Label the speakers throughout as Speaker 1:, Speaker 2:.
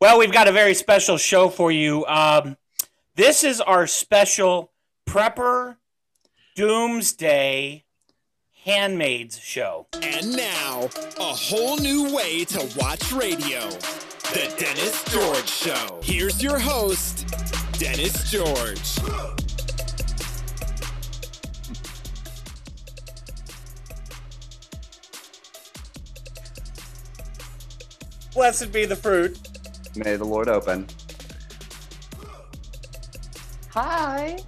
Speaker 1: Well, we've got a very special show for you. Um, this is our special Prepper Doomsday Handmaids show.
Speaker 2: And now, a whole new way to watch radio The Dennis George Show. Here's your host, Dennis George.
Speaker 1: Blessed be the fruit.
Speaker 3: May the Lord open.
Speaker 4: Hi.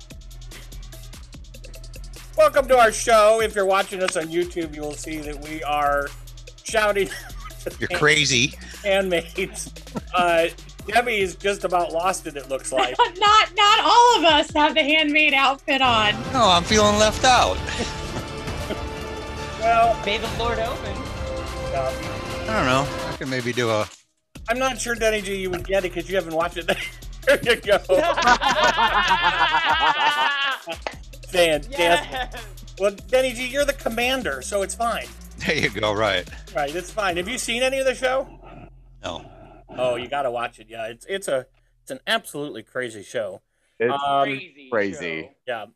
Speaker 1: Welcome to our show. If you're watching us on YouTube, you will see that we are shouting
Speaker 5: You're crazy.
Speaker 1: handmaids. Uh, Debbie is just about lost it, it looks like.
Speaker 4: not not all of us have the handmade outfit on.
Speaker 5: No, I'm feeling left out.
Speaker 1: Well,
Speaker 4: May the Lord open.
Speaker 1: uh,
Speaker 5: I don't know. I can maybe do a.
Speaker 1: I'm not sure, Denny G, you would get it because you haven't watched it. there you go. Fantastic. Well, Denny G, you're the commander, so it's fine.
Speaker 5: There you go. Right.
Speaker 1: Right, it's fine. Have you seen any of the show?
Speaker 5: No.
Speaker 1: Oh, you got to watch it. Yeah, it's it's a it's an absolutely crazy show.
Speaker 3: It's
Speaker 6: Uh,
Speaker 1: Um,
Speaker 3: crazy.
Speaker 1: yeah,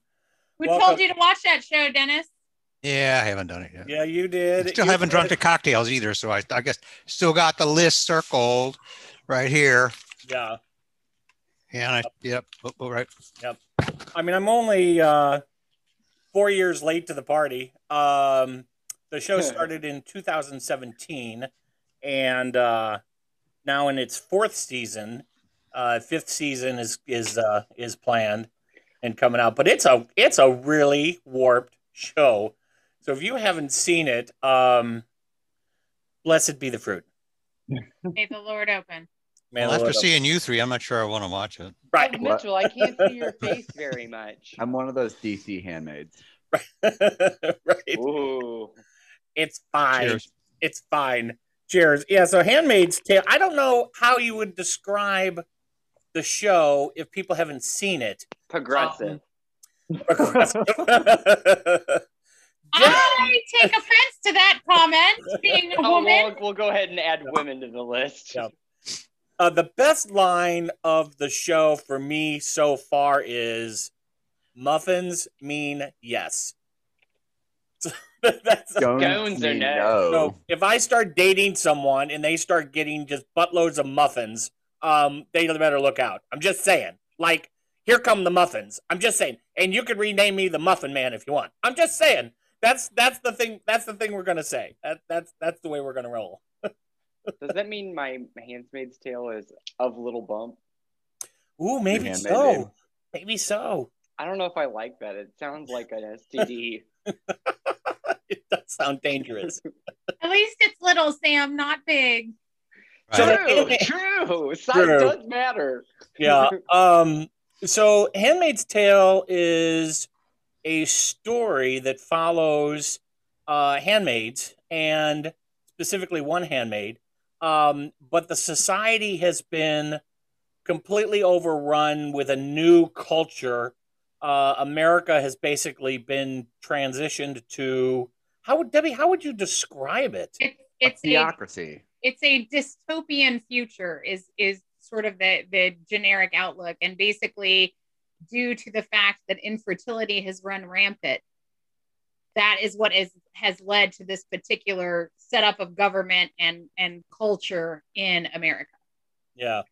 Speaker 4: Who
Speaker 1: Welcome.
Speaker 4: told you to watch that show, Dennis?
Speaker 5: Yeah, I haven't done it yet.
Speaker 1: yeah, you did.
Speaker 5: Still
Speaker 1: You
Speaker 5: haven't drunk the
Speaker 1: did.
Speaker 5: cocktails either, so I, I guess still got the list circled right here.
Speaker 1: Yeah,
Speaker 5: Yeah, and I, yep, oh, oh, right.
Speaker 1: I mean, I'm only uh, four years late to the party. Um, the show started in 2017, and uh, now in its fourth season, uh, fifth season is is uh, is planned and coming out. But it's a it's a really warped show. So if you haven't seen it, um, blessed be the fruit.
Speaker 4: May the Lord open.
Speaker 1: Man,
Speaker 5: Well, after
Speaker 1: Lord,
Speaker 5: seeing you three, I'm not sure I want to watch it.
Speaker 1: right.
Speaker 6: Mitchell, I can't see your face very much.
Speaker 3: I'm one of those DC handmaids.
Speaker 1: right.
Speaker 6: Ooh.
Speaker 1: It's fine.
Speaker 5: Cheers.
Speaker 1: It's fine. Cheers. Yeah. So, Handmaid's Tale. I don't know how you would describe the show if people haven't seen it.
Speaker 6: Progressive.
Speaker 4: I take offense to that comment, being a
Speaker 6: Oh,
Speaker 4: woman.
Speaker 6: we'll, we'll go ahead and add women to the list.
Speaker 1: Yeah. uh, the best line of the show for me so far is "muffins mean yes." So that's
Speaker 3: Don't
Speaker 6: Scones are
Speaker 3: you
Speaker 6: next.
Speaker 3: know?
Speaker 1: So if I start dating someone and they start getting just buttloads of muffins, um, they better look out. I'm just saying. Like, here come the muffins. I'm just saying. And you can rename me the Muffin Man if you want. I'm just saying. That's that's the thing. That's the thing we're gonna say. That that's that's the way we're gonna roll.
Speaker 6: Does that mean my Handmaid's Tale is of Little Bump?
Speaker 1: Ooh, maybe
Speaker 3: Yeah,
Speaker 1: so.
Speaker 3: maybe.
Speaker 1: Maybe, so.
Speaker 6: I don't know if I like that. It sounds like an STD.
Speaker 1: It does sound dangerous.
Speaker 4: At least it's little, Sam, not big.
Speaker 5: Right.
Speaker 6: true, true. Size
Speaker 1: True.
Speaker 6: does matter.
Speaker 1: yeah. Um, so Handmaid's Tale is a story that follows uh, handmaids and specifically one handmaid. Um, but the society has been completely overrun with a new culture. Uh, America has basically been transitioned to how would Debbie? How would you describe it?
Speaker 4: It's it's a
Speaker 3: Theocracy.
Speaker 4: it's a dystopian future is is sort of the the generic outlook and basically due to the fact that infertility has run rampant that is what is has led to this particular setup of government and and culture in america
Speaker 1: Yeah,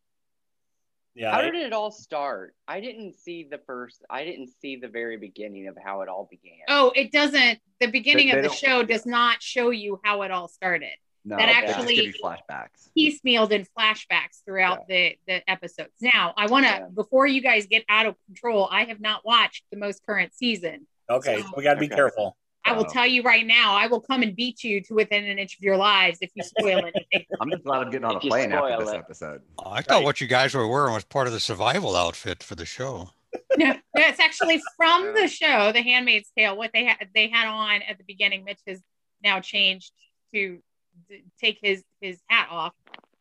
Speaker 1: yeah.
Speaker 6: How did it all start? I didn't see the first. I didn't see the very beginning of how it all began.
Speaker 4: oh it doesn't the beginning
Speaker 3: They- they
Speaker 4: of the
Speaker 3: don't-
Speaker 4: show does not show you how it all started
Speaker 3: No,
Speaker 4: That
Speaker 3: they
Speaker 4: actually-
Speaker 3: just give you flashbacks.
Speaker 4: piecemealed in flashbacks throughout the the episodes. Now, I want to
Speaker 6: Yeah.
Speaker 4: before you guys get out of control, I have not watched the most current season.
Speaker 1: okay, we got to be
Speaker 3: Okay.
Speaker 1: careful.
Speaker 4: I will
Speaker 3: Wow.
Speaker 4: tell you right now, I will come and beat you to within an inch of your lives if you spoil anything.
Speaker 3: I'm just glad I'm getting on a
Speaker 6: If you
Speaker 3: plane after
Speaker 6: spoil
Speaker 3: this
Speaker 6: it.
Speaker 3: episode.
Speaker 5: Oh, I thought
Speaker 1: Right.
Speaker 5: what you guys were wearing was part of the survival outfit for the show.
Speaker 4: no, no, it's actually from the show, The Handmaid's Tale. What they had they had on at the beginning, Mitch has now changed to d- take his his hat off.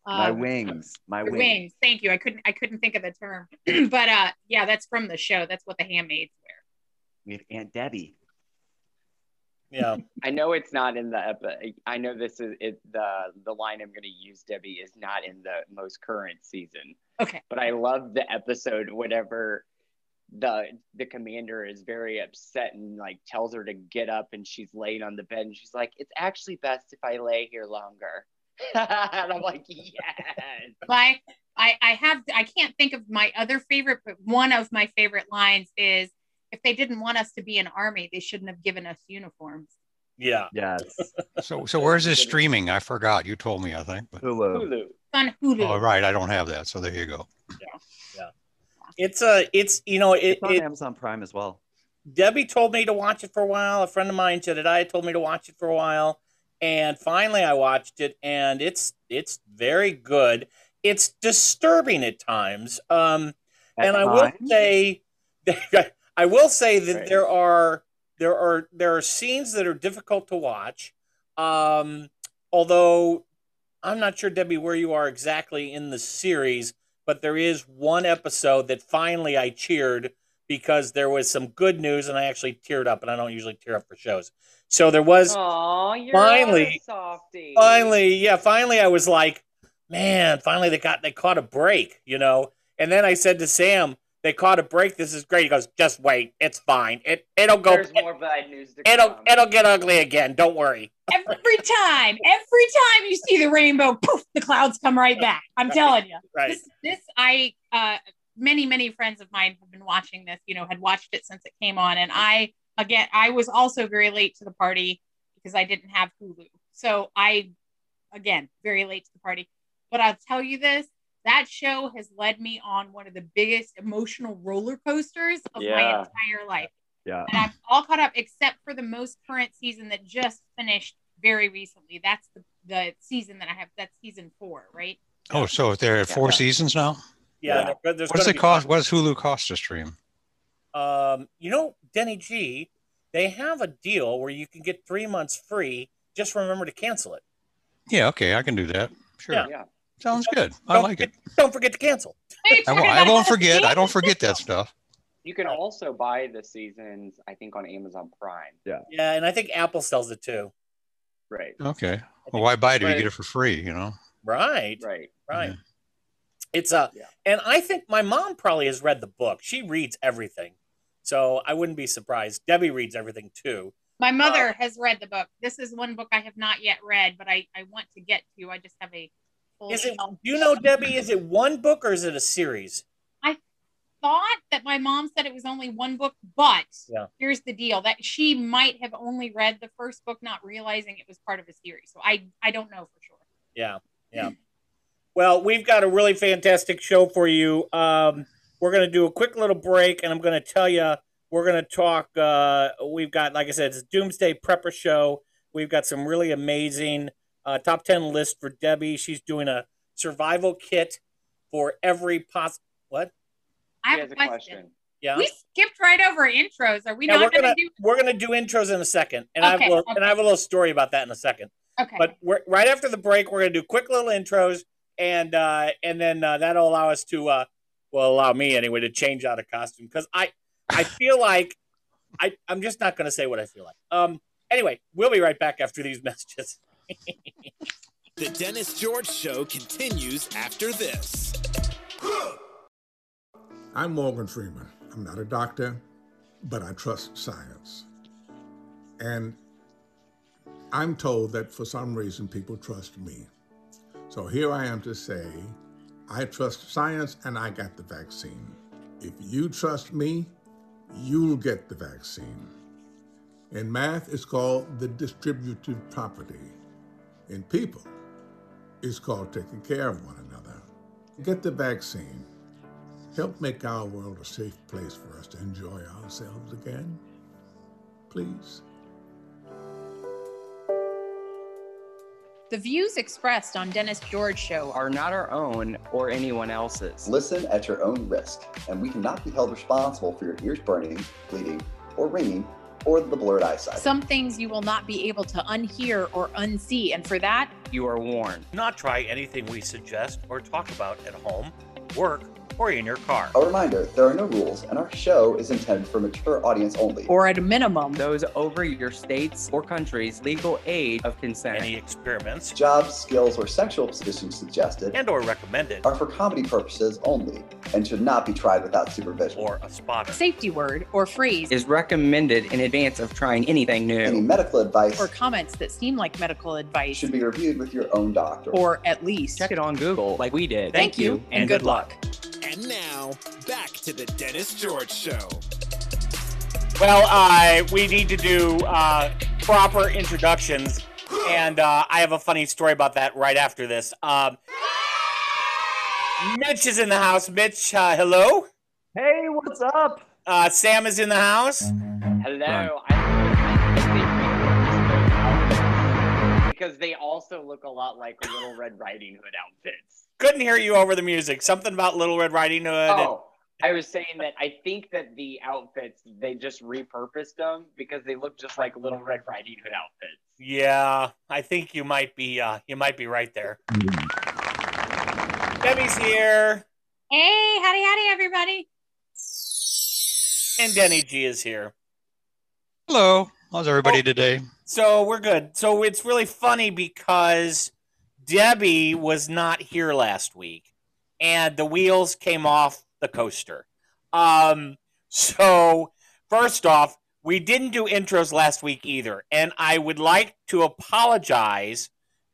Speaker 3: My
Speaker 4: Um,
Speaker 3: wings. My
Speaker 4: your
Speaker 3: wings.
Speaker 4: wings. Thank you. I couldn't. I couldn't think of the term, but uh, yeah, that's from the show. That's what the handmaids wear.
Speaker 3: We have Aunt Debbie.
Speaker 1: Yeah.
Speaker 6: I know it's not in the epi- I know this is it, the the line I'm going to use, Debbie, is not in the most current season.
Speaker 4: Okay.
Speaker 6: But I love the episode whenever the the commander is very upset and like tells her to get up and she's laying on the bed and she's like, "It's actually best if I lay here longer." and I'm like, "Yes."
Speaker 4: Like I, I have I can't think of my other favorite, but one of my favorite lines is if they didn't want us to be an army, they shouldn't have given us uniforms.
Speaker 1: Yeah.
Speaker 3: Yes.
Speaker 5: So, so where's this streaming? I forgot. You told me, I think. But,
Speaker 3: Hulu.
Speaker 6: Hulu.
Speaker 4: It's on Hulu.
Speaker 5: oh, right. I don't have that. So there you go.
Speaker 1: It's a, it's, you know, it,
Speaker 3: It's on
Speaker 1: it,
Speaker 3: Amazon Prime as well.
Speaker 1: Debbie told me to watch it for a while. A friend of mine, Jedediah, told me to watch it for a while, and finally I watched it, and it's it's very good. It's disturbing at times, um,
Speaker 3: At
Speaker 1: and I will
Speaker 3: times,
Speaker 1: say, I will say that
Speaker 6: Right.
Speaker 1: there are there are there are scenes that are difficult to watch. Um, although I'm not sure, Debbie, where you are exactly in the series, but there is one episode that finally I cheered because there was some good news and I actually teared up and I don't usually tear up for shows. So there was
Speaker 6: Aw, you're
Speaker 1: Finally.
Speaker 6: a softie.
Speaker 1: finally, yeah, finally I was like, man, finally they got they caught a break, you know. And then I said to Sam, they caught a break. This is great. He goes, just wait, it's fine. It it'll go
Speaker 6: There's
Speaker 1: it,
Speaker 6: more bad news to
Speaker 1: it'll
Speaker 6: come.
Speaker 1: it'll get ugly again. Don't worry.
Speaker 4: Every time, every time you see the rainbow, poof, the clouds come right back. I'm telling you.
Speaker 1: Right.
Speaker 4: This, this I uh, many many friends of mine have been watching this. You know, had watched it since it came on, and I again I was also very late to the party because I didn't have Hulu. So I again very late to the party. But I'll tell you this: that show has led me on one of the biggest emotional roller coasters of my
Speaker 6: Yeah.
Speaker 4: entire life
Speaker 3: Yeah.
Speaker 4: and I'm all caught up except for the most current season that just finished very recently. That's the, the season that I have. That's season four, right?
Speaker 5: Oh, so they're at four
Speaker 6: Yeah.
Speaker 5: seasons now.
Speaker 1: Yeah.
Speaker 6: Yeah.
Speaker 1: there- there's
Speaker 5: What does
Speaker 1: gonna
Speaker 5: it
Speaker 1: be-
Speaker 5: cost? What does Hulu cost to stream?
Speaker 1: Um, you know, Denny G, they have a deal where you can get three months free. Just remember to cancel it.
Speaker 5: Yeah. Okay, I can do that. Sure.
Speaker 1: Yeah.
Speaker 6: Yeah.
Speaker 5: Sounds good. I
Speaker 1: Don't
Speaker 5: like it.
Speaker 1: forget- Don't forget to cancel.
Speaker 4: Are you
Speaker 5: I
Speaker 4: talking
Speaker 5: won't, I
Speaker 4: about
Speaker 5: won't
Speaker 4: another
Speaker 5: forget. I
Speaker 4: season?
Speaker 5: don't forget that stuff.
Speaker 6: You can also buy the seasons, I think, on Amazon Prime.
Speaker 1: Yeah, and I think Apple sells it too.
Speaker 6: Right.
Speaker 5: Okay. Well, why buy it if you
Speaker 6: Right.
Speaker 5: get it for free? You know.
Speaker 1: Right.
Speaker 6: Right.
Speaker 1: Right.
Speaker 5: Yeah.
Speaker 1: It's a,
Speaker 6: Yeah.
Speaker 1: and I think my mom probably has read the book. She reads everything, so I wouldn't be surprised. Debbie reads everything too.
Speaker 4: My mother
Speaker 1: Oh.
Speaker 4: has read the book. This is one book I have not yet read, but I, I want to get to. I just have a full
Speaker 1: Is it?
Speaker 4: shelf.
Speaker 1: Do you know, Debbie? Is it one book or is it a series?
Speaker 4: thought that my mom said it was only one book, but
Speaker 1: Yeah.
Speaker 4: here's the deal that she might have only read the first book, not realizing it was part of a series. So I, I don't know for sure.
Speaker 1: Yeah, yeah. Well, we've got a really fantastic show for you. Um, we're going to do a quick little break, and I'm going to tell you we're going to talk. Uh, we've got, like I said, it's a Doomsday Prepper Show. We've got some really amazing uh, top ten list for Debbie. She's doing a survival kit for every pos. What?
Speaker 4: I
Speaker 6: He
Speaker 4: have a
Speaker 6: has a
Speaker 4: question.
Speaker 6: question.
Speaker 1: Yeah.
Speaker 4: We skipped right over intros. Are we
Speaker 1: Yeah, we're
Speaker 4: not going
Speaker 1: gonna-
Speaker 4: to do?
Speaker 1: We're gonna do intros in a second, and I
Speaker 4: Okay,
Speaker 1: will, and
Speaker 4: okay.
Speaker 1: I have a little story about that in a second.
Speaker 4: Okay.
Speaker 1: But we're, right after the break, we're gonna do quick little intros, and uh, and then uh, that'll allow us to, uh, well, allow me anyway to change out of costume because I I feel like I I'm just not gonna say what I feel like. Um. Anyway, we'll be right back after these messages.
Speaker 2: The Dennis George Show continues after this.
Speaker 7: I'm Morgan Freeman. I'm not a doctor, but I trust science. And I'm told that for some reason people trust me. So here I am to say, I trust science and I got the vaccine. If you trust me, you'll get the vaccine. In math, it's called the distributive property. In people, it's called taking care of one another. Get the vaccine. Help make our world a safe place for us to enjoy ourselves again. Please.
Speaker 4: The views expressed on Dennis George Show
Speaker 6: Are not our own or anyone else's.
Speaker 8: Listen at your own risk, and we cannot be held responsible for your ears burning, bleeding, or ringing, or the blurred eyesight.
Speaker 4: some things you will not be able to unhear or unsee, and for that,
Speaker 6: You are warned.
Speaker 1: Not try anything we suggest or talk about at home, work, for you in your car.
Speaker 8: A reminder there are no rules, and our show is intended for mature audience only.
Speaker 9: or at a minimum,
Speaker 6: Those over your state's or country's legal age of consent.
Speaker 1: Any experiments
Speaker 8: Jobs, skills, or sexual positions suggested
Speaker 1: and or recommended
Speaker 8: are for comedy purposes only and should not be tried without supervision.
Speaker 1: or a spotter.
Speaker 9: safety word, or phrase,
Speaker 6: is recommended in advance of trying anything
Speaker 8: Any
Speaker 6: new.
Speaker 8: medical advice
Speaker 9: or comments that seem like medical advice,
Speaker 8: should be reviewed with your own doctor.
Speaker 9: or at least.
Speaker 6: Check it on Google like we did.
Speaker 1: Thank you, and good luck.
Speaker 2: And now, back to the Dennis George Show.
Speaker 1: Well, uh, we need to do uh, proper introductions, and uh, I have a funny story about that right after this. Um, Mitch is in the house. Mitch, uh, hello.
Speaker 6: Hey, what's up?
Speaker 1: Uh, Sam is in the house.
Speaker 6: Hello. I- Because they also look a lot like Little Red Riding Hood outfits.
Speaker 1: Couldn't hear you over the music. Something about Little Red Riding Hood.
Speaker 6: Oh, I was saying that I think that the outfits they just repurposed them because they look just like Little Red Riding Hood outfits.
Speaker 1: Yeah, I think you might be uh, you might be right there.
Speaker 6: Mm.
Speaker 1: Debbie's here,
Speaker 4: Hey, howdy, howdy, everybody.
Speaker 1: and Denny G is here.
Speaker 5: Hello. How's everybody
Speaker 1: Oh.
Speaker 5: today?
Speaker 1: So we're good. So it's really funny because Debbie was not here last week and the wheels came off the coaster. Um, so, first off, we didn't do intros last week either. And I would like to apologize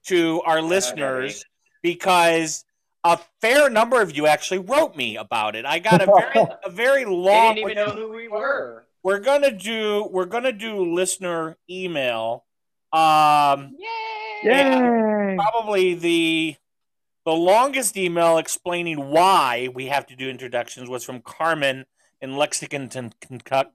Speaker 1: to our listeners because a fair number of you actually wrote me about it. I got a very, a very
Speaker 6: They
Speaker 1: long
Speaker 6: didn't even know who we were.
Speaker 1: we're gonna do we're gonna do listener email um
Speaker 4: Yay.
Speaker 1: yeah. probably the the longest email explaining why we have to do introductions was from carmen in lexington Kentucky.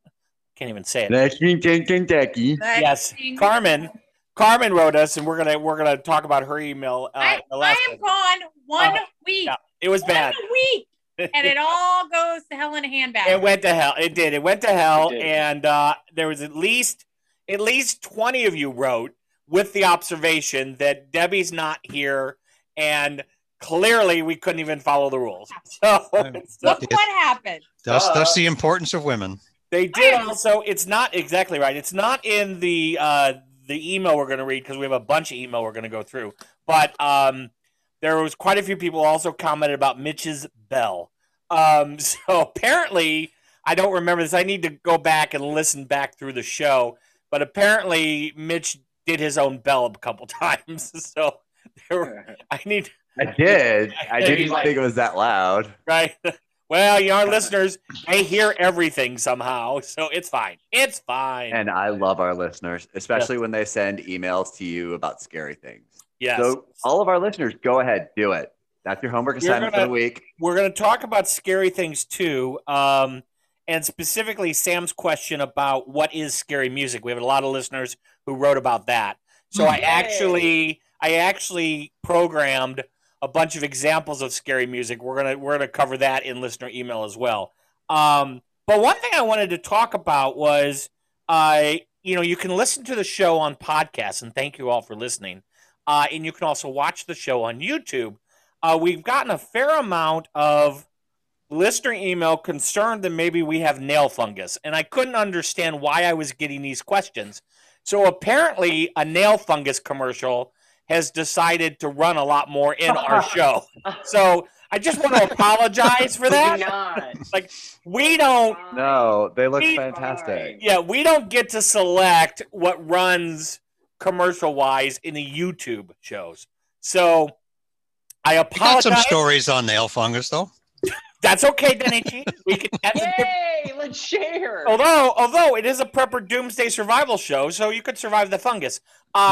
Speaker 1: can't even say it
Speaker 3: Lexington, Kentucky.
Speaker 1: yes carmen uh, carmen wrote us and we're gonna we're gonna talk about her email uh,
Speaker 4: I,
Speaker 1: in the
Speaker 4: I
Speaker 1: last
Speaker 4: am
Speaker 1: one.
Speaker 4: gone one
Speaker 1: Uh,
Speaker 4: week.
Speaker 1: yeah, it was
Speaker 4: One
Speaker 1: bad
Speaker 4: week. And it all goes to hell in a handbag.
Speaker 1: It went to hell. It did. It went to hell,
Speaker 6: It did.
Speaker 1: and uh, there was at least at least twenty of you wrote with the observation that Debbie's not here, and clearly we couldn't even follow the rules. So, so
Speaker 4: Look what happened.
Speaker 5: That's,
Speaker 1: Uh,
Speaker 6: Duh.
Speaker 5: that's the importance of women.
Speaker 1: they did. Also, it's not exactly right. It's not in the uh, the email we're going to read because we have a bunch of email we're going to go through. But um, there was quite a few people also commented about Mitch's bell. Um, so apparently, I don't remember this. I need to go back and listen back through the show. But apparently, Mitch did his own bell a couple times. So there were, I need
Speaker 3: I did. I
Speaker 6: He's
Speaker 3: didn't
Speaker 6: like-
Speaker 3: think it was that loud.
Speaker 1: right? Well, you know, our listeners, they hear everything somehow, so it's fine. It's fine.
Speaker 3: And I love our listeners, especially when they send emails to you about scary things.
Speaker 1: yes.
Speaker 3: So, all of our listeners, go ahead, do it. That's your homework
Speaker 1: You're
Speaker 3: assignment
Speaker 1: gonna-
Speaker 3: for the week.
Speaker 1: we're going to talk about scary things too um, and specifically sam's question about what is scary music we have a lot of listeners who wrote about that so i
Speaker 6: Yay.
Speaker 1: actually i actually programmed a bunch of examples of scary music we're going to we're going to cover that in listener email as well um, but one thing i wanted to talk about was uh, you know you can listen to the show on podcasts and thank you all for listening uh, and you can also watch the show on youtube uh, we've gotten a fair amount of listener email concerned that maybe we have nail fungus. And I couldn't understand why I was getting these questions. So apparently, a nail fungus commercial has decided to run a lot more in our show. So I just want to apologize for
Speaker 6: Do
Speaker 1: that.
Speaker 6: not.
Speaker 1: We don't,
Speaker 3: No, they look
Speaker 1: Be
Speaker 3: fantastic.
Speaker 1: yeah, we don't get to select what runs commercial wise in the YouTube shows. So I
Speaker 5: I got some
Speaker 1: apologize.
Speaker 5: stories on nail fungus, though.
Speaker 1: That's okay, Denny. G. We can that's a different-
Speaker 6: Yay! Let's share.
Speaker 1: Although, although it is a prepper doomsday survival show, so you could survive the fungus. Um,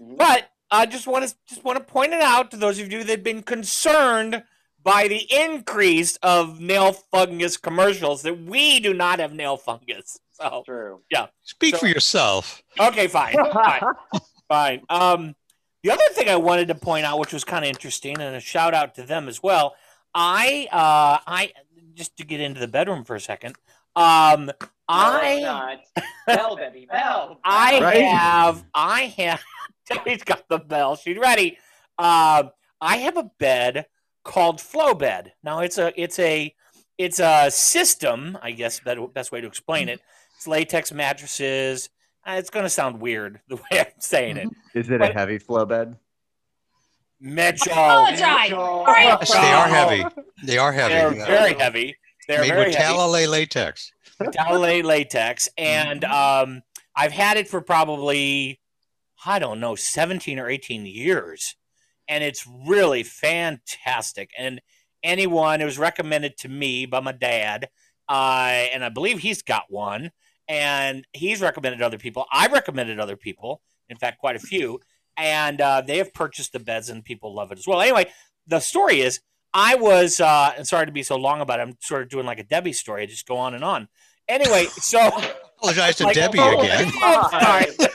Speaker 6: Mm-hmm.
Speaker 1: but I just want to just want to point it out to those of you that've been concerned by the increase of nail fungus commercials that we do not have nail fungus. So
Speaker 6: True.
Speaker 5: Speak
Speaker 1: So-
Speaker 5: for yourself.
Speaker 1: okay, fine, fine, fine. Um, the other thing I wanted to point out, which was kind of interesting, and a shout out to them as well. I uh, I just to get into the bedroom for a second. Um, I.
Speaker 6: No, it's not. Bell, Debbie, bell.
Speaker 1: I
Speaker 3: Right.
Speaker 1: have, I have, Debbie's got the bell. She's ready. Um, I have a bed called Flowbed. Now it's a it's a it's a system, I guess that best way to explain it. It's latex mattresses. Uh, It's going to sound weird the way I'm saying it.
Speaker 3: Is it a
Speaker 1: But-
Speaker 3: heavy flow bed?
Speaker 1: Mitchell,
Speaker 4: Apologize. Right.
Speaker 5: Yes, they are heavy. They are
Speaker 1: They're
Speaker 5: heavy. yeah.
Speaker 1: very heavy. They're
Speaker 5: Made
Speaker 1: very
Speaker 5: with
Speaker 1: heavy.
Speaker 5: Talalay latex.
Speaker 1: Dowlay latex, and um, I've had it for probably I don't know, seventeen or eighteen years, and it's really fantastic. And anyone, it was recommended to me by my dad, uh, and I believe he's got one, and he's recommended other people. I recommended other people, in fact, quite a few, and uh, they have purchased the beds, and people love it as well. Anyway, the story is. I was, uh, and sorry to be so long about it. I'm sort of doing like a Debbie story. I just go on and on anyway, so
Speaker 5: Apologize to
Speaker 1: Like,
Speaker 5: Debbie
Speaker 1: oh,
Speaker 5: again.
Speaker 1: I'm sorry.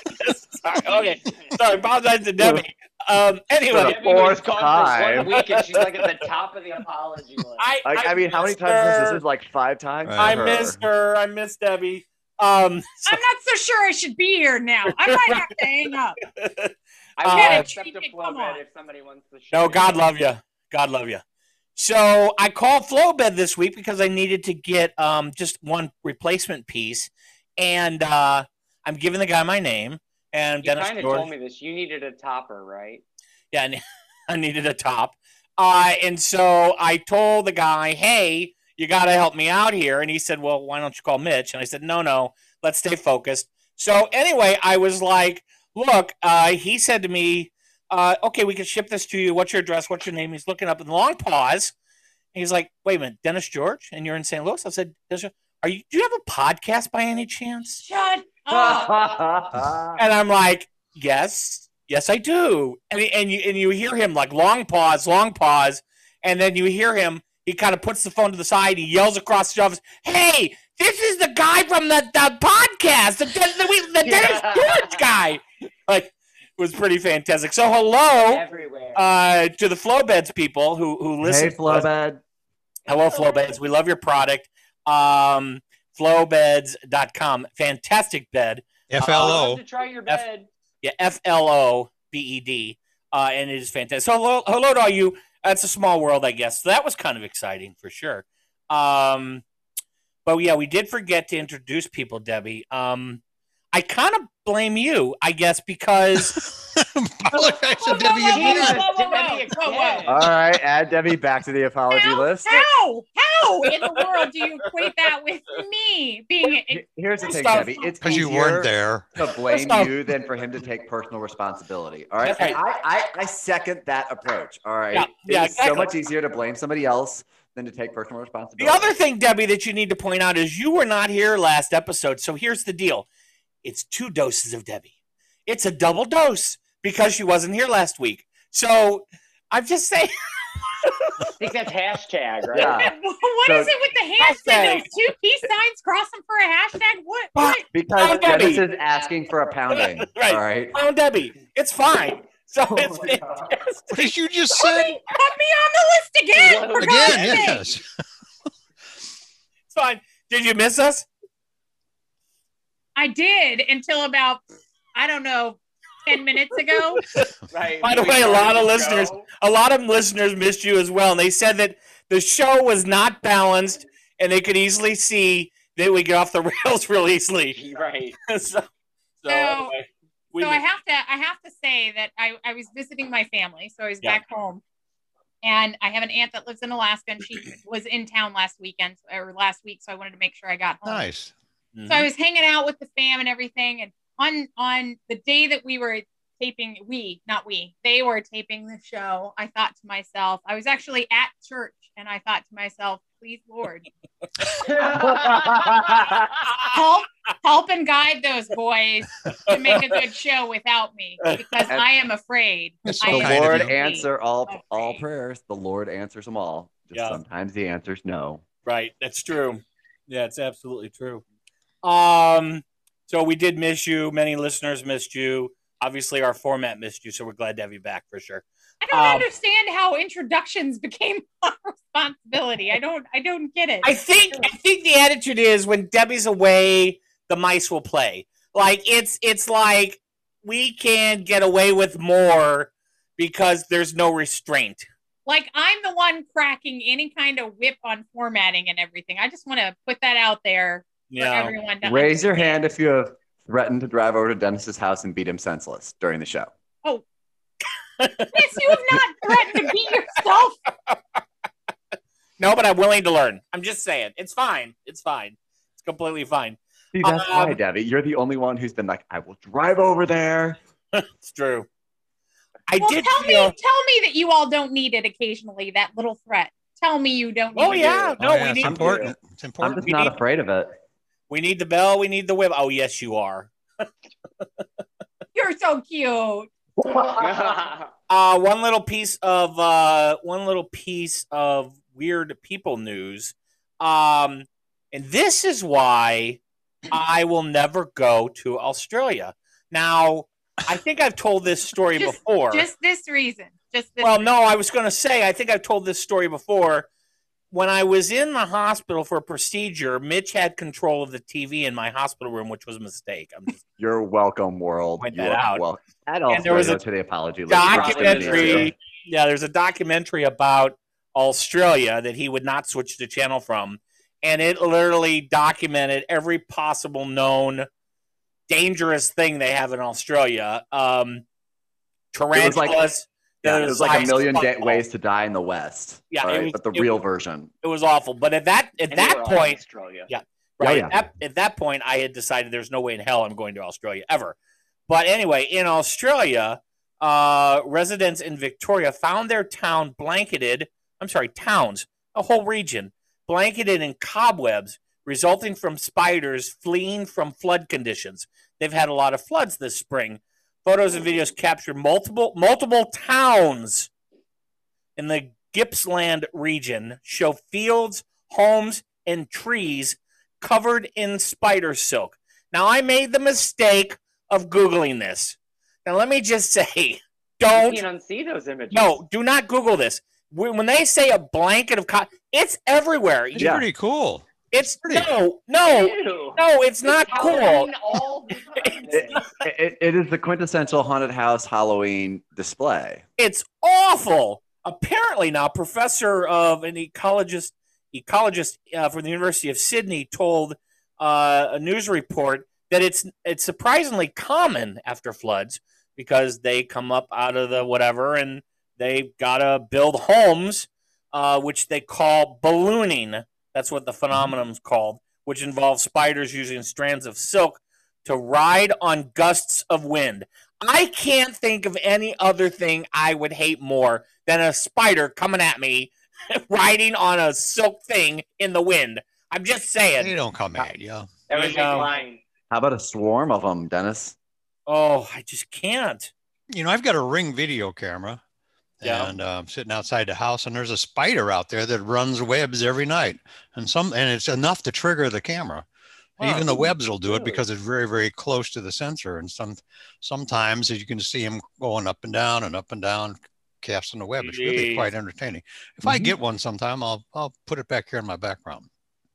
Speaker 1: sorry. Okay. Sorry. Apologize to Debbie. Um, anyway,
Speaker 3: Sure.
Speaker 6: Debbie was
Speaker 3: fourth
Speaker 6: gone for
Speaker 3: time.
Speaker 6: one week and she's like at the top of the apology list.
Speaker 1: I,
Speaker 3: Like, I, mean, how many
Speaker 1: missed
Speaker 3: times
Speaker 1: her.
Speaker 3: is this? Is like five times.
Speaker 5: Right.
Speaker 1: I
Speaker 3: Her.
Speaker 1: missed her. I missed Debbie. Um,
Speaker 4: I'm not so sure I should be here now. I might have to hang up.
Speaker 1: Uh,
Speaker 6: I
Speaker 1: Yeah,
Speaker 6: would accept
Speaker 4: treat
Speaker 6: a
Speaker 4: it,
Speaker 6: flow
Speaker 4: come
Speaker 6: bed
Speaker 4: on.
Speaker 6: if somebody wants to share.
Speaker 1: no, God love you. God love you. So I called Flowbed this week because I needed to get um, just one replacement piece, and uh, I'm giving the guy my name. And
Speaker 6: You
Speaker 1: Dennis
Speaker 6: kind of
Speaker 1: George-
Speaker 6: told me this. You needed a topper, right?
Speaker 1: yeah, I ne- I needed a top. Uh, and so I told the guy, hey, you got to help me out here. And he said, well, why don't you call Mitch? And I said, no, no, let's stay focused. So anyway, I was like, look, uh, he said to me, uh, okay, we can ship this to you. What's your address? What's your name? He's looking up in the long pause. He's like, wait a minute, Dennis George, and you're in St. Louis? I said, "Dennis George, are you, do you have a podcast by any chance?
Speaker 4: Shut up.
Speaker 1: and I'm like, yes, yes, I do. And and you and you hear him like long pause, long pause, and then you hear him. He kind of puts the phone to the side. He yells across the office, "Hey, this is the guy from the, the podcast, the, Den- the, we the Dennis
Speaker 6: Yeah.
Speaker 1: George guy." Like, it was pretty fantastic. So hello
Speaker 6: Everywhere.
Speaker 1: uh, to the Flowbeds people who who listen.
Speaker 3: Hey,
Speaker 1: to
Speaker 3: flow
Speaker 1: us.
Speaker 3: bed.
Speaker 1: Hello, Flowbeds. We love your product. Um, flowbeds.com. Fantastic bed.
Speaker 6: I'd
Speaker 5: FLO.
Speaker 6: love to try your
Speaker 1: F-
Speaker 6: bed.
Speaker 1: Yeah, F L O B E D, uh, and it is fantastic. So hello, hello to all you. That's a small world, I guess. So that was kind of exciting for sure. Um, but yeah, we did forget to introduce people, Debbie. Um, I kind of blame you, I guess, because
Speaker 5: Apologize to
Speaker 4: Whoa, whoa,
Speaker 5: Debbie
Speaker 4: whoa, whoa,
Speaker 5: again.
Speaker 4: whoa, whoa,
Speaker 6: Debbie
Speaker 4: whoa, whoa,
Speaker 6: again.
Speaker 4: whoa.
Speaker 3: All right, add Debbie back to the apology
Speaker 4: How-
Speaker 3: list.
Speaker 4: How? How in the world do you equate that with me being?
Speaker 3: Here- Here's the
Speaker 1: First
Speaker 3: thing,
Speaker 1: off-
Speaker 3: Debbie. It's
Speaker 5: Because you
Speaker 3: easier
Speaker 5: weren't there.
Speaker 3: to blame
Speaker 1: First off-
Speaker 3: you than for him to take personal responsibility. All right,
Speaker 1: That's right.
Speaker 3: And I, I I second that approach. All right,
Speaker 1: Yeah, yeah,
Speaker 3: it's so
Speaker 1: exactly.
Speaker 3: much easier to blame somebody else than to take personal
Speaker 1: the
Speaker 3: responsibility.
Speaker 1: other thing, Debbie, that you need to point out is you were not here last episode. So here's the deal: it's two doses of Debbie. It's a double dose because she wasn't here last week. So I'm just saying.
Speaker 6: I think that's hashtag, right?
Speaker 3: Yeah.
Speaker 4: What what
Speaker 3: So-
Speaker 4: is it with the hand
Speaker 1: Hashtag.
Speaker 4: signals? Two peace signs crossing for a hashtag? What?
Speaker 1: Fuck.
Speaker 4: What?
Speaker 1: Oh,
Speaker 3: because
Speaker 1: Debbie.
Speaker 3: Dennis is asking for a pounding.
Speaker 1: Right.
Speaker 3: All right.
Speaker 1: Clown Debbie. It's fine. So
Speaker 4: Oh
Speaker 1: it's, it's just,
Speaker 5: What did you just
Speaker 4: Put
Speaker 5: say?
Speaker 4: me, put me on the list again. For God's
Speaker 5: Again,
Speaker 4: sake.
Speaker 5: yes.
Speaker 1: it's fine. Did you miss us?
Speaker 4: I did until about I don't know ten minutes ago.
Speaker 6: Right.
Speaker 1: By the
Speaker 6: We
Speaker 1: way, a lot of
Speaker 6: started the
Speaker 1: listeners-
Speaker 6: show.
Speaker 1: A lot of listeners missed you as well, and they said that the show was not balanced, and they could easily see that we get off the rails real easily.
Speaker 6: Right.
Speaker 1: so, so,
Speaker 4: So-
Speaker 1: anyway, we
Speaker 4: so I
Speaker 1: missed-
Speaker 4: have to I have to say that I, I was visiting my family, so I was
Speaker 1: Yeah.
Speaker 4: back home, and I have an aunt that lives in Alaska, and she was in town last weekend or last week, so I wanted to make sure I got home.
Speaker 5: Nice.
Speaker 4: So
Speaker 3: Mm-hmm.
Speaker 4: I was hanging out with the fam and everything, and on on the day that we were taping, we not we, they were taping the show. I thought to myself, I was actually at church, and I thought to myself, please Lord, help help and guide those boys to make a good show without me because I am afraid.
Speaker 5: That's
Speaker 4: I
Speaker 5: so
Speaker 3: the
Speaker 4: am
Speaker 5: kind of
Speaker 3: Lord
Speaker 5: you.
Speaker 4: afraid.
Speaker 3: answer all
Speaker 4: Okay.
Speaker 3: all prayers. The Lord answers them all. Just
Speaker 1: Yeah.
Speaker 3: sometimes the answers no.
Speaker 1: Right. That's true. Yeah, it's absolutely true. Um, so we did miss you. Many listeners missed you. Obviously, our format missed you, so we're glad to have you back for sure.
Speaker 4: I don't
Speaker 1: Um,
Speaker 4: understand how introductions became our responsibility. I don't I don't get it.
Speaker 1: I think I think the attitude is when Debbie's away, the mice will play. Like it's it's like we can get away with more because there's no restraint.
Speaker 4: like I'm the one cracking any kind of whip on formatting and everything. I just want to put that out there for
Speaker 1: Yeah.
Speaker 4: everyone to
Speaker 3: Raise your
Speaker 4: understand.
Speaker 3: hand if you have threatened to drive over to Dennis's house and beat him senseless during the show.
Speaker 4: Yes, you have not threatened to beat yourself.
Speaker 1: No, but I'm willing to learn. I'm just saying. It's fine. It's fine. It's completely fine.
Speaker 3: See, that's
Speaker 1: Um,
Speaker 3: why, Debbie. You're the only one who's been like, I will drive over there.
Speaker 1: It's true. I
Speaker 4: well,
Speaker 1: did
Speaker 4: tell me,
Speaker 1: feel.
Speaker 4: tell me that you all don't need it occasionally. That little threat. Tell me you don't.
Speaker 1: Oh
Speaker 4: need
Speaker 1: yeah,
Speaker 4: it.
Speaker 1: no,
Speaker 5: Oh, yeah,
Speaker 1: we
Speaker 5: it's
Speaker 1: need
Speaker 5: important. It's
Speaker 3: I'm
Speaker 5: important.
Speaker 3: just
Speaker 1: We
Speaker 3: not
Speaker 1: need-
Speaker 3: afraid of it.
Speaker 1: we need the bell. We need the whip. Oh yes, you are.
Speaker 4: you're so cute.
Speaker 1: Uh, one little piece of uh, one little piece of weird people news. Um, and this is why I will never go to Australia. Now, I think I've told this story
Speaker 4: Just-
Speaker 1: before.
Speaker 4: Just this reason. Just this.
Speaker 1: Well, no, I was going to say, I think I've told this story before. When I was in the hospital for a procedure, Mitch had control of the TV in my hospital room, which was a mistake. I'm just
Speaker 3: You're welcome, world.
Speaker 1: Point
Speaker 3: You're
Speaker 1: that out.
Speaker 3: welcome. At all,
Speaker 1: And there was a
Speaker 3: to the apology. list.
Speaker 6: Documentary.
Speaker 1: documentary. Yeah, there's a documentary about Australia that he would not switch the channel from, and it literally documented every possible known dangerous thing they have in Australia. Um,
Speaker 3: was
Speaker 1: tarantulas.
Speaker 3: like- Yeah, it was like a
Speaker 1: lice,
Speaker 3: million da-
Speaker 1: fuck all.
Speaker 3: ways to die in the West.
Speaker 1: Yeah, it
Speaker 3: right?
Speaker 1: was-
Speaker 3: but the
Speaker 1: it-
Speaker 3: real version.
Speaker 1: It was awful. But at that at that point,
Speaker 6: Australia.
Speaker 1: Yeah. right?
Speaker 3: Yeah, yeah.
Speaker 1: At, that, at that point, I had decided there's no way in hell I'm going to Australia ever. But anyway, in Australia, uh, residents in Victoria found their town blanketed. I'm sorry, towns, a whole region blanketed in cobwebs resulting from spiders fleeing from flood conditions. They've had a lot of floods this spring. Photos and videos capture multiple multiple towns in the Gippsland region show fields, homes, and trees covered in spider silk. Now, I made the mistake of Googling this. Now, let me just say
Speaker 6: You
Speaker 1: don't,
Speaker 6: can't unsee those images.
Speaker 1: no, do not Google this. When when they say a blanket of cotton, it's everywhere.
Speaker 5: It's
Speaker 1: You-
Speaker 3: Yeah.
Speaker 5: pretty cool.
Speaker 1: It's
Speaker 5: pretty-
Speaker 1: no, no,
Speaker 6: Ew.
Speaker 1: no, it's not cool.
Speaker 6: Halloween all the time.
Speaker 3: It- it- it is the quintessential haunted house Halloween display.
Speaker 1: It's awful. Apparently, now professor of an ecologist, ecologist uh, from the University of Sydney, told uh, a news report that it's it's surprisingly common after floods because they come up out of the whatever and they've got to build homes, uh, which they call ballooning. That's what the phenomenon's called, which involves spiders using strands of silk to ride on gusts of wind. I can't think of any other thing I would hate more than a spider coming at me riding on a silk thing in the wind. I'm just
Speaker 5: They
Speaker 1: saying.
Speaker 5: don't come at you.
Speaker 6: That was
Speaker 1: No.
Speaker 6: mine.
Speaker 3: How about a swarm of them, Dennis?
Speaker 1: Oh, I just can't.
Speaker 5: You know, I've got a ring video camera.
Speaker 1: Yeah.
Speaker 5: And uh, I'm sitting outside the house, and there's a spider out there that runs webs every night, and some, and it's enough to trigger the camera.
Speaker 1: Huh.
Speaker 5: Even the webs will do it
Speaker 6: Really?
Speaker 5: because it's very, very close to the sensor. And some, sometimes you can see him going up and down and up and down, casting the web. It's really
Speaker 1: Jeez. Mm-hmm.
Speaker 5: quite entertaining. If I get one sometime, I'll I'll put it back here in my background.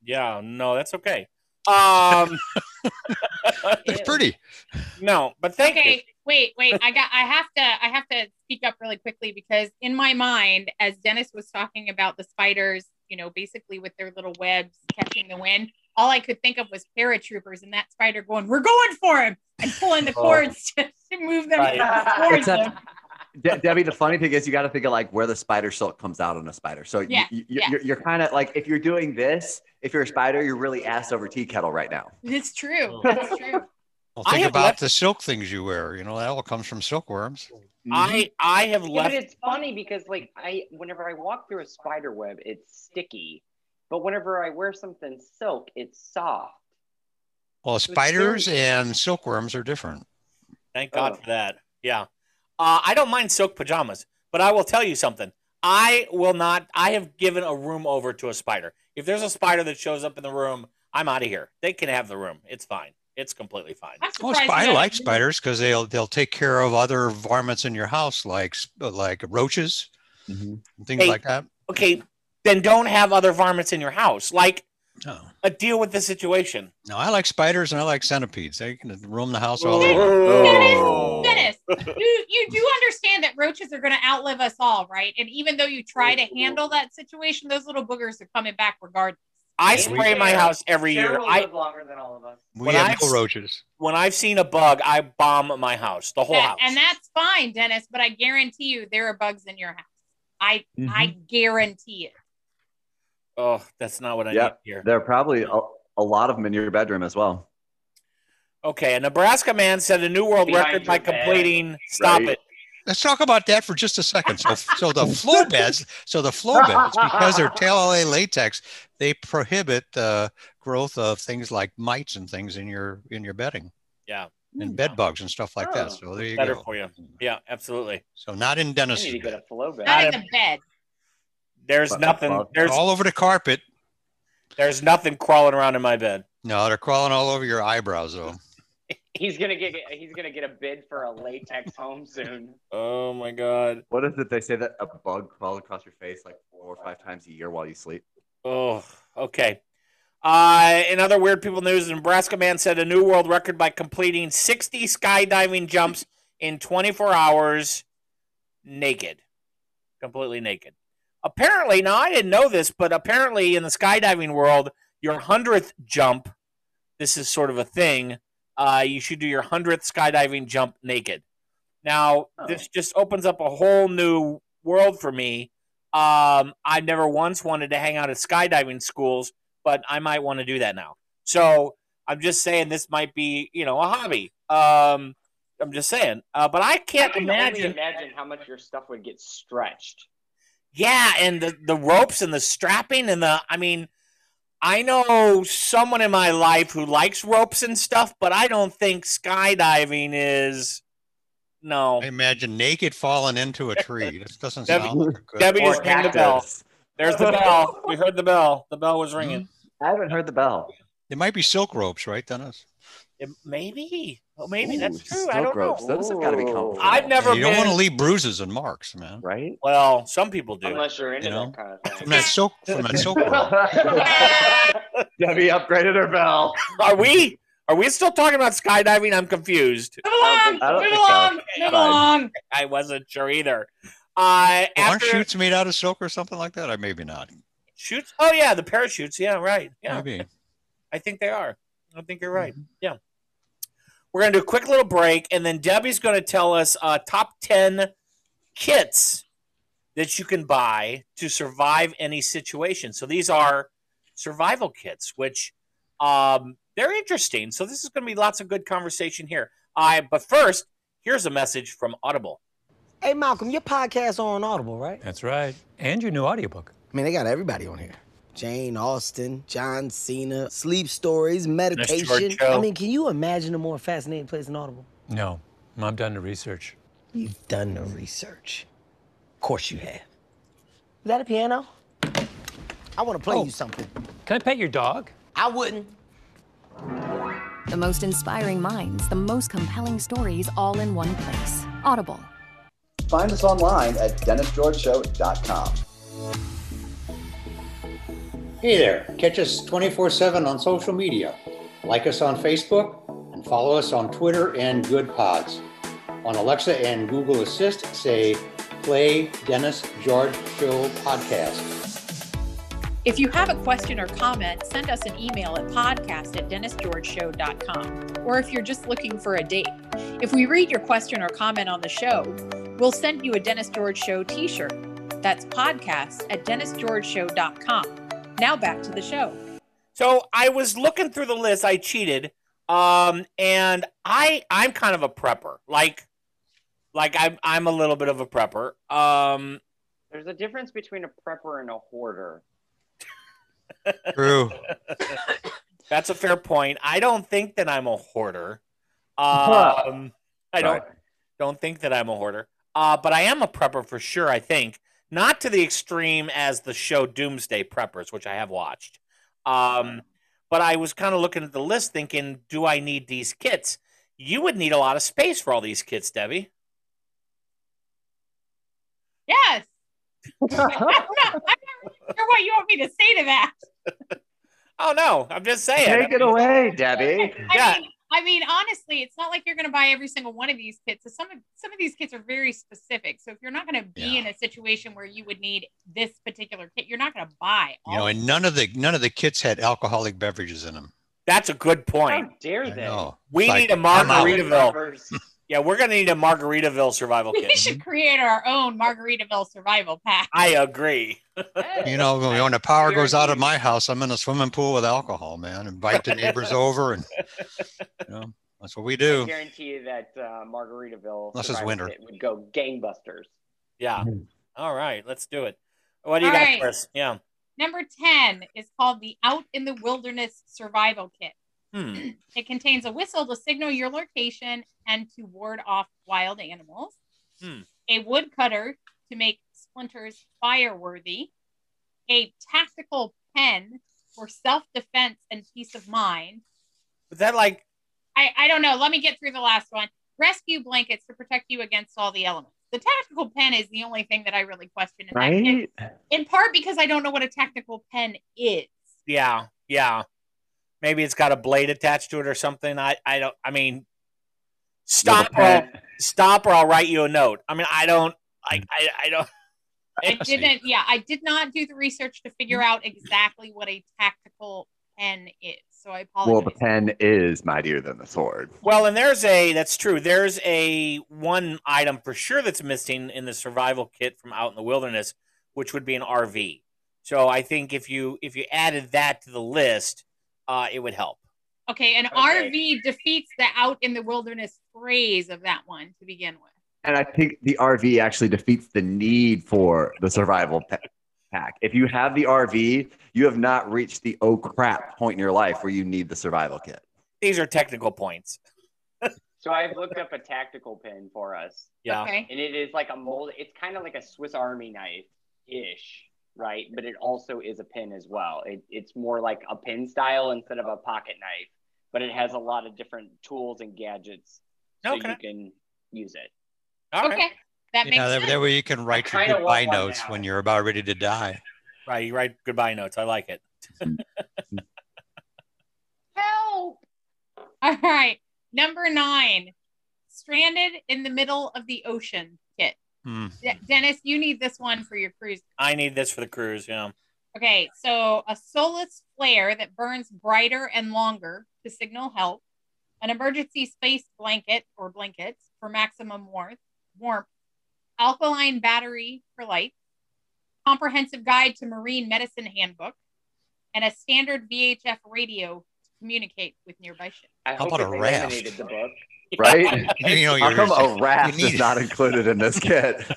Speaker 1: Yeah, no, that's okay. Um,
Speaker 5: It's pretty.
Speaker 1: no, but thank
Speaker 4: okay,
Speaker 1: you.
Speaker 4: wait, wait. I got. I have to. I have to speak up really quickly because in my mind, as Dennis was talking about the spiders, you know, basically with their little webs catching the wind, all I could think of was paratroopers and that spider going, "We're going for him!" and pulling the
Speaker 1: Oh.
Speaker 4: cords to, to move them
Speaker 1: Right.
Speaker 4: towards
Speaker 3: Except-
Speaker 4: him.
Speaker 3: De- Debbie, the funny thing is, you got to think of like where the spider silk comes out on a spider. So
Speaker 4: Yeah,
Speaker 3: you, you,
Speaker 4: yeah.
Speaker 3: you're, you're kind of like if you're doing this, if you're a spider, you're really ass over tea kettle right now.
Speaker 4: It's true.
Speaker 1: Oh.
Speaker 4: It's true.
Speaker 5: Well,
Speaker 1: I
Speaker 5: think
Speaker 1: have
Speaker 5: about
Speaker 1: left-
Speaker 5: the silk things you wear. You know, that all comes from silkworms.
Speaker 1: I I have
Speaker 6: Yeah, but
Speaker 1: left.
Speaker 6: it's funny because like I whenever I walk through a spider web, it's sticky. But whenever I wear something silk, it's soft.
Speaker 5: Well,
Speaker 6: very-
Speaker 5: spiders and silkworms are different.
Speaker 1: Thank God
Speaker 6: Oh.
Speaker 1: for that. Yeah, uh, I don't mind silk pajamas, but I will tell you something. I will not. I have given a room over to a spider. If there's a spider that shows up in the room, I'm out of here. They can have the room. It's fine. It's completely fine.
Speaker 4: I'm
Speaker 5: Oh,
Speaker 4: surprised.
Speaker 5: sp- I
Speaker 4: none of
Speaker 5: like
Speaker 4: you-
Speaker 5: spiders because they'll they'll take care of other varmints in your house, like sp- like roaches and things
Speaker 1: Hey.
Speaker 5: like that.
Speaker 1: Okay, then don't have other varmints in your house. Like
Speaker 5: No,
Speaker 1: a deal with the situation.
Speaker 5: no, I like spiders and I like centipedes. They can roam the house all over.
Speaker 4: Dennis,
Speaker 3: Oh.
Speaker 4: Dennis, you you do understand that roaches are going to outlive us all, right? And even though you try to handle that situation, those little boogers are coming back regardless.
Speaker 1: I spray my house every year.
Speaker 10: Cheryl
Speaker 1: I
Speaker 10: live longer than all of us.
Speaker 5: We
Speaker 1: When
Speaker 5: have
Speaker 1: I
Speaker 5: no
Speaker 1: s-
Speaker 5: roaches.
Speaker 1: when I've seen a bug, I bomb my house, the whole
Speaker 4: That-
Speaker 1: house.
Speaker 4: and that's fine, Dennis. But I guarantee you, there are bugs in your house. I
Speaker 3: Mm-hmm.
Speaker 4: I guarantee it.
Speaker 1: oh, that's not what I
Speaker 3: Yep.
Speaker 1: need here.
Speaker 3: There are probably a, a lot of them in your bedroom as well.
Speaker 1: Okay, a Nebraska man set a new world
Speaker 10: Behind
Speaker 1: record
Speaker 10: your
Speaker 1: by
Speaker 10: bed.
Speaker 1: completing "Stop
Speaker 3: Right.
Speaker 1: It."
Speaker 5: Let's talk about that for just a second. So, so the floor beds, so the floor beds, because they're TLA latex, they prohibit the growth of things like mites and things in your in your bedding.
Speaker 1: Yeah. Oh.
Speaker 5: And bed bugs and stuff like that. So there you
Speaker 1: Better
Speaker 5: go.
Speaker 1: for you. Yeah, absolutely.
Speaker 5: So not in
Speaker 6: I need to
Speaker 5: dentistry.
Speaker 6: get a flow
Speaker 4: Not
Speaker 6: bed.
Speaker 4: in the bed.
Speaker 1: There's
Speaker 3: Fuck,
Speaker 1: nothing.
Speaker 3: fuck.
Speaker 1: There's
Speaker 5: all over the carpet.
Speaker 1: there's nothing crawling around in my bed.
Speaker 5: No, they're crawling all over your eyebrows though.
Speaker 6: He's gonna get he's gonna get a bid for a latex home soon.
Speaker 1: Oh my god.
Speaker 3: What is it? They say that a bug crawls across your face like four or five times a year while you sleep.
Speaker 1: Oh, okay. Uh, in other weird people news, a Nebraska man set a new world record by completing 60 skydiving jumps in 24 hours naked. Completely naked. Apparently, now I didn't know this, but apparently in the skydiving world, your 100th jump, this is sort of a thing, uh, you should do your 100th skydiving jump naked. Now,
Speaker 6: Oh.
Speaker 1: this just opens up a whole new world for me. Um, I never once wanted to hang out at skydiving schools, but I might want to do that now. So I'm just saying this might be, you know, a hobby. Um, I'm just saying, uh, but I
Speaker 6: I
Speaker 1: can't
Speaker 6: can
Speaker 1: imagine.
Speaker 6: only imagine how much your stuff would get stretched.
Speaker 1: Yeah, and the, the ropes and the strapping and the I mean, I know someone in my life who likes ropes and stuff, but I don't think skydiving is no.
Speaker 5: I imagine naked falling into a tree. This doesn't
Speaker 1: Debbie-
Speaker 5: sound like a good.
Speaker 1: Debbie
Speaker 6: Or
Speaker 1: just rang the bell.
Speaker 3: Yes.
Speaker 1: There's the bell. We heard the bell. The bell was ringing.
Speaker 3: I haven't heard the bell.
Speaker 5: It might be silk ropes, right, Dennis? Mm-hmm.
Speaker 1: It- maybe. Oh, maybe
Speaker 3: Ooh,
Speaker 1: that's true. I
Speaker 3: silk
Speaker 1: don't
Speaker 3: ropes.
Speaker 1: know.
Speaker 3: Those have got to be comfortable.
Speaker 1: I've never
Speaker 5: you don't
Speaker 1: been-
Speaker 5: want to leave bruises and marks, man.
Speaker 3: Right?
Speaker 1: Well, some people do.
Speaker 6: Unless you're into
Speaker 5: You know?
Speaker 6: that kind of
Speaker 5: From
Speaker 6: thing.
Speaker 5: that silk, from that silk rope.
Speaker 3: Debbie upgraded her bell.
Speaker 1: Are we? Are we still talking about skydiving? I'm confused.
Speaker 4: Move along.
Speaker 3: I don't
Speaker 4: Move
Speaker 3: think so.
Speaker 4: along. Move
Speaker 3: Fine.
Speaker 4: along.
Speaker 1: I wasn't sure either. Uh,
Speaker 5: Aren't
Speaker 1: after
Speaker 5: shoots made out of silk or something like that? Or maybe not.
Speaker 1: shoots. Oh yeah, the parachutes. Yeah, right. Yeah,
Speaker 5: Maybe.
Speaker 1: I think they are. I think you're
Speaker 11: Mm-hmm.
Speaker 1: right. Yeah. We're gonna do a quick little break, and then Debbie's gonna tell us uh, top ten kits that you can buy to survive any situation. So these are survival kits, which um, they're interesting. So this is gonna be lots of good conversation here. I but first, here's a message from Audible.
Speaker 11: Hey, Malcolm, your podcasts are on Audible, right?
Speaker 12: That's right. And your new audiobook.
Speaker 11: I mean, they got everybody on here. Jane Austen, John Cena, sleep stories, meditation.
Speaker 1: Joe.
Speaker 11: I mean, can you imagine a more fascinating place than Audible?
Speaker 12: No, I've done the research.
Speaker 11: You've done the research. Of course you have. Is that a piano? I want to
Speaker 2: Oh.
Speaker 11: play you something.
Speaker 12: Can I pet your dog?
Speaker 11: I wouldn't.
Speaker 13: The most inspiring minds, the most compelling stories, all in one place. Audible.
Speaker 8: Find us online at DennisGeorgeShow.com.
Speaker 14: Hey there, catch us 24 7 on social media. Like us on Facebook and follow us on Twitter and Good Pods. On Alexa and Google Assist, say Play Dennis George Show Podcast.
Speaker 9: If you have a question or comment, send us an email at podcast at dennisgeorgeshow.com. Or if you're just looking for a date, if we read your question or comment on the show, we'll send you a Dennis George Show t shirt. That's podcast at dennisgeorgeshow.com. Now back to the show.
Speaker 1: So I was looking through the list. I cheated, um, and I I'm kind of a prepper. Like, like I'm I'm a little bit of a prepper. Um,
Speaker 6: There's a difference between a prepper and a hoarder.
Speaker 5: True.
Speaker 1: that's a fair point. I don't think that I'm a hoarder. Um, I don't don't think that I'm a hoarder. Uh, but I am a prepper for sure. I think not to the extreme as the show Doomsday Preppers, which I have watched. Um, but I was kind of looking at the list, thinking, do I need these kits? You would need a lot of space for all these kits, Debbie.
Speaker 4: Yes. I'm not, I'm not really sure what you want me to say to that.
Speaker 1: Oh no, I'm just saying.
Speaker 3: Take it away, Debbie.
Speaker 4: I
Speaker 1: Yeah.
Speaker 4: mean, I mean, honestly, it's not like you're going to buy every single one of these kits. So some of some of these kits are very specific. So if you're not going to be in a situation where you would need this particular kit, you're not going to buy.
Speaker 5: You know, and none of the none of the kits had alcoholic beverages in them.
Speaker 1: That's a good point.
Speaker 6: dare
Speaker 5: they? know.
Speaker 1: We
Speaker 5: Like,
Speaker 1: need a
Speaker 5: I'm out.
Speaker 1: Margaritaville. yeah, we're gonna need a Margaritaville survival
Speaker 4: We
Speaker 1: kit.
Speaker 4: should create our own Margaritaville survival pack.
Speaker 1: I agree.
Speaker 5: You know, when, when the power goes out of my house, I'm in a swimming pool with alcohol, man. Invite the neighbors over, and you know, that's what we
Speaker 6: I
Speaker 5: do.
Speaker 6: guarantee you that uh, Margaritaville
Speaker 5: Unless it's
Speaker 6: survival
Speaker 5: winter.
Speaker 6: kit would go gangbusters.
Speaker 1: Yeah. All right, let's do it. What do you
Speaker 4: All
Speaker 1: got,
Speaker 4: right.
Speaker 1: Chris? Yeah.
Speaker 4: Number 10 is called the Out in the Wilderness Survival Kit.
Speaker 1: Hmm.
Speaker 4: It contains a whistle to signal your location and to ward off wild animals,
Speaker 1: Hmm.
Speaker 4: a woodcutter to make splinters fireworthy, a tactical pen for self defense and peace of mind.
Speaker 1: Is that like
Speaker 4: I, I don't know. Let me get through the last one. Rescue blankets to protect you against all the elements. The tactical pen is the only thing that I really question. In, that kit,
Speaker 3: Right?
Speaker 4: in part because I don't know what a tactical pen is.
Speaker 1: Yeah, yeah. Maybe it's got a blade attached to it or something. I, I don't. I mean, stop or I'll, stop or I'll write you a note. I mean, I don't. I, I, I don't.
Speaker 4: I didn't. Yeah, I did not do the research to figure out exactly what a tactical pen is. So I apologize.
Speaker 3: Well, the pen is mightier than the sword.
Speaker 1: Well, and there's a that's true. There's a one item for sure that's missing in the survival kit from out in the wilderness, which would be an RV. So I think if you if you added that to the list, uh, it would help.
Speaker 4: okay, an RV defeats the out in the wilderness phrase of that one to begin with.
Speaker 3: And I think the RV actually defeats the need for the survival pa- pack. If you have the RV, you have not reached the oh crap point in your life where you need the survival kit.
Speaker 1: These are technical points.
Speaker 6: So I've looked up a tactical pin for us.
Speaker 1: Yeah.
Speaker 4: Okay.
Speaker 6: And it is like a mold. It's kind of like a Swiss Army knife ish, right? But it also is a pin as well. It, it's more like a pin style instead of a pocket knife, but it has a lot of different tools and gadgets, so
Speaker 1: Okay.
Speaker 6: you can use it.
Speaker 1: All
Speaker 4: okay, that makes
Speaker 5: Yeah, that,
Speaker 4: sense.
Speaker 5: that way you can write your
Speaker 6: kinda want
Speaker 5: goodbye
Speaker 6: one
Speaker 5: notes
Speaker 6: now.
Speaker 5: when you're about ready to die.
Speaker 1: Right, you write goodbye notes. I like it.
Speaker 4: Help! All right, number nine, stranded in the middle of the ocean kit.
Speaker 5: Hmm.
Speaker 4: De- Dennis, you need this one for your cruise
Speaker 1: I need this for the cruise. Yeah.
Speaker 4: Okay, so a soulless flare that burns brighter and longer to signal help, an emergency space blanket or blankets for maximum warmth, warmth, alkaline battery for light, comprehensive guide to marine medicine handbook, and a standard VHF radio to communicate with nearby ships.
Speaker 6: I
Speaker 5: How
Speaker 6: hope
Speaker 5: about
Speaker 6: that
Speaker 5: a
Speaker 6: they
Speaker 5: raft?
Speaker 6: laminated the book.
Speaker 3: Right?
Speaker 5: You know,
Speaker 3: How
Speaker 5: you're-
Speaker 3: come oh, a raft
Speaker 5: you
Speaker 3: is
Speaker 5: need-
Speaker 3: not included in this kit?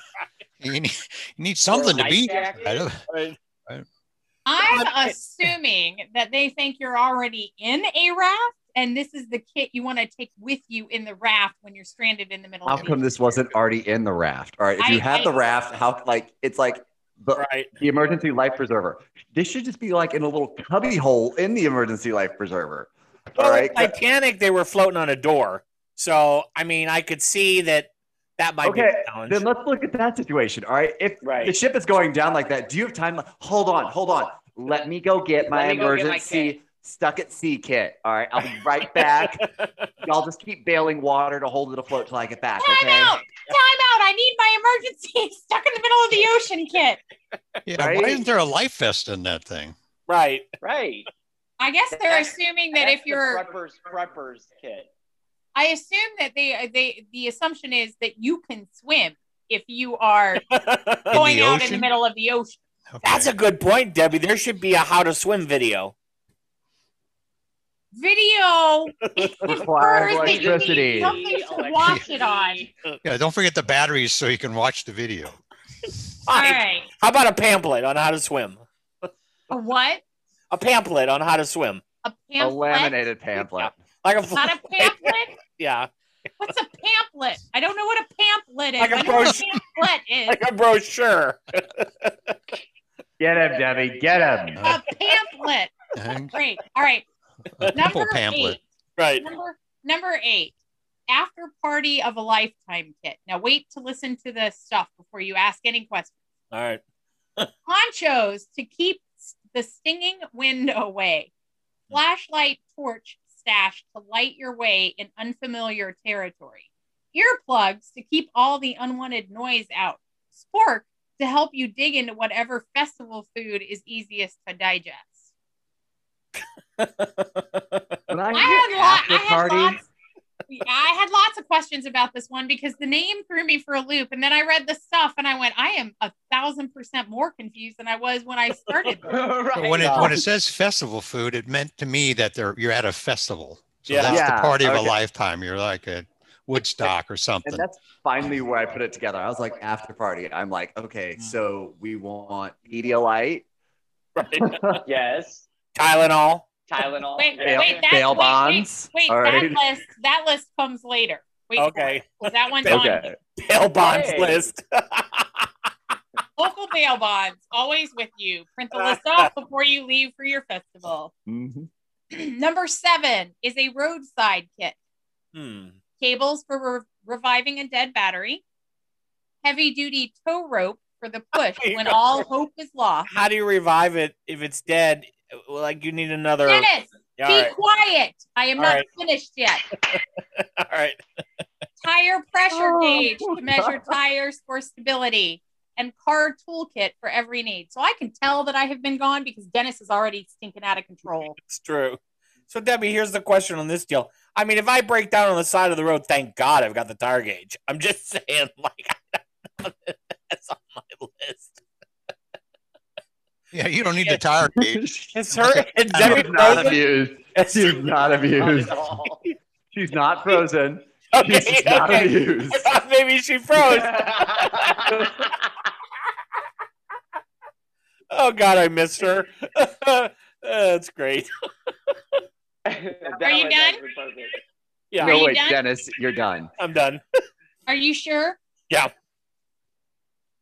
Speaker 5: You need, you need something to
Speaker 6: life
Speaker 5: be.
Speaker 6: jacket.
Speaker 5: I don't-
Speaker 4: I'm assuming that they think you're already in a raft, and this is the kit you want to take with you in the raft when you're stranded in the middle
Speaker 3: How
Speaker 4: of the
Speaker 3: come this wasn't already in the raft? All right, if you
Speaker 4: I-
Speaker 3: have
Speaker 4: I-
Speaker 3: the raft, how like it's like the,
Speaker 1: Right.
Speaker 3: the emergency life preserver. This should just be like in a little cubby hole in the emergency life preserver. All
Speaker 1: Well, in
Speaker 3: right.
Speaker 1: Titanic, they were floating on a door. So, I mean, I could see that that might be
Speaker 3: Okay,
Speaker 1: a challenge.
Speaker 3: then let's look at that situation. All right. If
Speaker 6: Right.
Speaker 3: the ship is going down like that, do you have time? Hold on, hold on. Let me go get my
Speaker 6: Let me go get my
Speaker 3: emergency stuck at sea kit. All right. I'll be right back. Y'all just keep bailing water to hold it afloat till I get back.
Speaker 4: Time
Speaker 3: Okay.
Speaker 4: out! Time out! I need my emergency stuck in the middle of the ocean kit.
Speaker 5: yeah,
Speaker 3: Right?
Speaker 5: Why isn't there a life vest in that thing?
Speaker 1: right.
Speaker 6: Right.
Speaker 4: I guess they're assuming that
Speaker 6: That's
Speaker 4: if
Speaker 6: the
Speaker 4: you're,
Speaker 6: preppers, preppers kit.
Speaker 4: I assume that they they the assumption is that you can swim if you are going out in the
Speaker 5: ocean?
Speaker 4: middle of the ocean.
Speaker 5: Okay.
Speaker 1: That's a good point, Debbie. There should be a how to swim video.
Speaker 4: Video
Speaker 3: Requires
Speaker 4: that you
Speaker 3: electricity.
Speaker 4: need something to watch it on.
Speaker 5: yeah, don't forget the batteries so you can watch the video.
Speaker 4: All
Speaker 1: Fine.
Speaker 4: right,
Speaker 1: How about a pamphlet on how to swim?
Speaker 4: a what?
Speaker 1: A pamphlet on how to swim.
Speaker 4: A
Speaker 3: A
Speaker 4: pamphlet?
Speaker 3: laminated pamphlet.
Speaker 1: Like a
Speaker 4: Not a pamphlet.
Speaker 1: yeah,
Speaker 4: What's a pamphlet? I don't know what a pamphlet is.
Speaker 1: Like a
Speaker 4: I know what a
Speaker 1: brochure.
Speaker 4: pamphlet is.
Speaker 1: like a brochure.
Speaker 3: Get him, Debbie. Get him.
Speaker 4: a pamphlet.
Speaker 5: And
Speaker 4: Great. All right.
Speaker 5: a
Speaker 4: Number
Speaker 5: pimple pamphlet.
Speaker 4: eight.
Speaker 1: Right.
Speaker 4: Number number eight. After party of a lifetime kit. Now wait to listen to the stuff before you ask any questions.
Speaker 1: All right.
Speaker 4: Ponchos to keep s- the stinging wind away. Flashlight torch stash to light your way in unfamiliar territory, earplugs to keep all the unwanted noise out, spork to help you dig into whatever festival food is easiest to digest.
Speaker 3: When
Speaker 4: I
Speaker 3: hear
Speaker 4: had, lot, I,
Speaker 3: after
Speaker 4: had
Speaker 3: party-
Speaker 4: lots, yeah, I had lots of questions about this one because the name threw me for a loop. And then I read the stuff and I went, I am a thousand percent more confused than I was when I started. this.
Speaker 5: But when it when it says festival food, it meant to me that they're you're at a festival. So
Speaker 3: Yeah.
Speaker 5: that's
Speaker 3: Yeah,
Speaker 5: the party of
Speaker 3: okay.
Speaker 5: a lifetime. You're like at Woodstock or something.
Speaker 3: And that's finally where I put it together. I was like, after party. I'm like,
Speaker 4: Mm.
Speaker 3: okay, so we want Pedialyte.
Speaker 6: yes.
Speaker 1: Tylenol.
Speaker 6: Tylenol.
Speaker 4: Wait,
Speaker 3: Bail-
Speaker 4: wait, that,
Speaker 3: bail
Speaker 4: wait,
Speaker 3: bonds?
Speaker 4: Wait,
Speaker 3: All
Speaker 4: wait, that
Speaker 3: right.
Speaker 4: list that list comes later. Wait, for
Speaker 1: Okay.
Speaker 4: it. Well, that one's on
Speaker 3: Okay.
Speaker 1: Bail bonds
Speaker 4: Hey.
Speaker 1: list.
Speaker 4: local bail bonds always with you. Print the list off before you leave for your festival.
Speaker 3: Mm-hmm.
Speaker 4: Number seven is a roadside kit:
Speaker 1: Hmm.
Speaker 4: cables for re- reviving a dead battery, heavy-duty tow rope for the push when all hope is lost.
Speaker 1: How do you revive it if it's dead? Like you need another.
Speaker 4: Dennis,
Speaker 1: All
Speaker 4: be
Speaker 1: right.
Speaker 4: quiet. I am
Speaker 1: All
Speaker 4: not
Speaker 1: right.
Speaker 4: finished yet.
Speaker 1: All right.
Speaker 4: tire pressure
Speaker 10: Oh,
Speaker 4: gauge
Speaker 10: my
Speaker 4: to measure
Speaker 10: God.
Speaker 4: tires for stability and car toolkit for every need. So I can tell that I have been gone because Dennis is already stinking out of control.
Speaker 1: It's true. So Debbie, here's the question on this deal. I mean, if I break down on the side of the road, thank God I've got the tire gauge. I'm just saying, like that's on my list.
Speaker 5: yeah, you don't need the tire gauge.
Speaker 1: It's her. It's
Speaker 3: She was
Speaker 1: Debbie
Speaker 3: not
Speaker 1: Rosen.
Speaker 3: abused. She was not abused. She's not frozen.
Speaker 1: Okay,
Speaker 3: She's not
Speaker 1: okay.
Speaker 3: abused.
Speaker 1: I thought maybe she froze. oh God, I miss her. Uh, That's great.
Speaker 4: Are you done?
Speaker 1: Yeah.
Speaker 3: No,
Speaker 4: Are you
Speaker 3: wait,
Speaker 4: done?
Speaker 3: Dennis, you're done.
Speaker 1: I'm done.
Speaker 4: Are you sure?
Speaker 1: Yeah.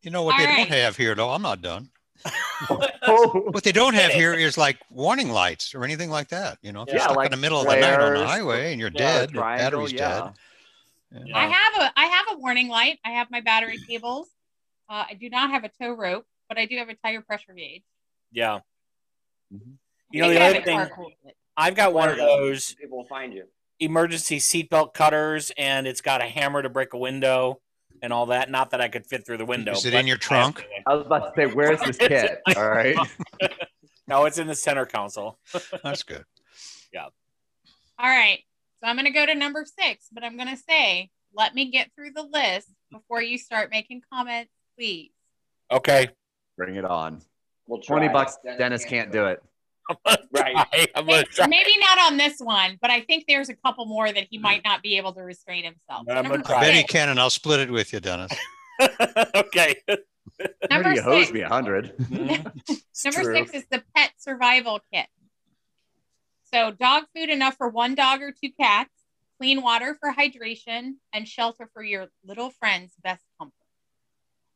Speaker 5: You know what
Speaker 4: All
Speaker 5: they
Speaker 4: right.
Speaker 5: don't have here though? I'm not done.
Speaker 4: Oh.
Speaker 5: what they don't have here is like warning lights or anything like that. You know, if you're
Speaker 3: Yeah,
Speaker 5: stuck
Speaker 3: like
Speaker 5: in the middle of the night on the
Speaker 3: flares,
Speaker 5: highway and you're
Speaker 3: yeah,
Speaker 5: dead, your
Speaker 3: triangle,
Speaker 5: battery's
Speaker 3: yeah.
Speaker 5: dead.
Speaker 4: I have a I have a warning light. I have my battery cables. Uh, I do not have a tow rope, but I do have a tire pressure gauge.
Speaker 1: Yeah.
Speaker 3: Mm-hmm.
Speaker 1: You know
Speaker 4: Maybe
Speaker 1: the
Speaker 4: I
Speaker 1: other
Speaker 4: have a car
Speaker 1: thing.
Speaker 4: toolkit.
Speaker 1: I've got one of
Speaker 6: Where, uh,
Speaker 1: those
Speaker 6: People will find you.
Speaker 1: emergency seatbelt cutters, and it's got a hammer to break a window and all that. Not that I could fit through the window.
Speaker 5: Is it
Speaker 1: but
Speaker 5: in your trunk?
Speaker 3: I was about to say, where's this kid? All right.
Speaker 1: No, it's in the center console.
Speaker 5: That's good.
Speaker 1: Yeah.
Speaker 4: All right. So I'm going to go to number six, but I'm going to say, let me get through the list before you start making comments, please.
Speaker 1: Okay.
Speaker 3: Bring it on.
Speaker 6: We'll
Speaker 3: Twenty
Speaker 6: try.
Speaker 3: bucks. Dennis can't do it.
Speaker 6: Right.
Speaker 1: I'm gonna try.
Speaker 4: Maybe not on this one, but I think there's a couple more that he might not be able to restrain himself. So
Speaker 1: I'm
Speaker 4: number
Speaker 1: gonna
Speaker 5: I
Speaker 1: try.
Speaker 5: bet he can, and I'll split it with you, Dennis.
Speaker 1: okay.
Speaker 3: How do
Speaker 4: Number
Speaker 3: you hose
Speaker 4: six.
Speaker 3: me a hundred?
Speaker 4: number
Speaker 3: true.
Speaker 4: six is the pet survival kit. So dog food enough for one dog or two cats, clean water for hydration, and shelter for your little friend's best comfort.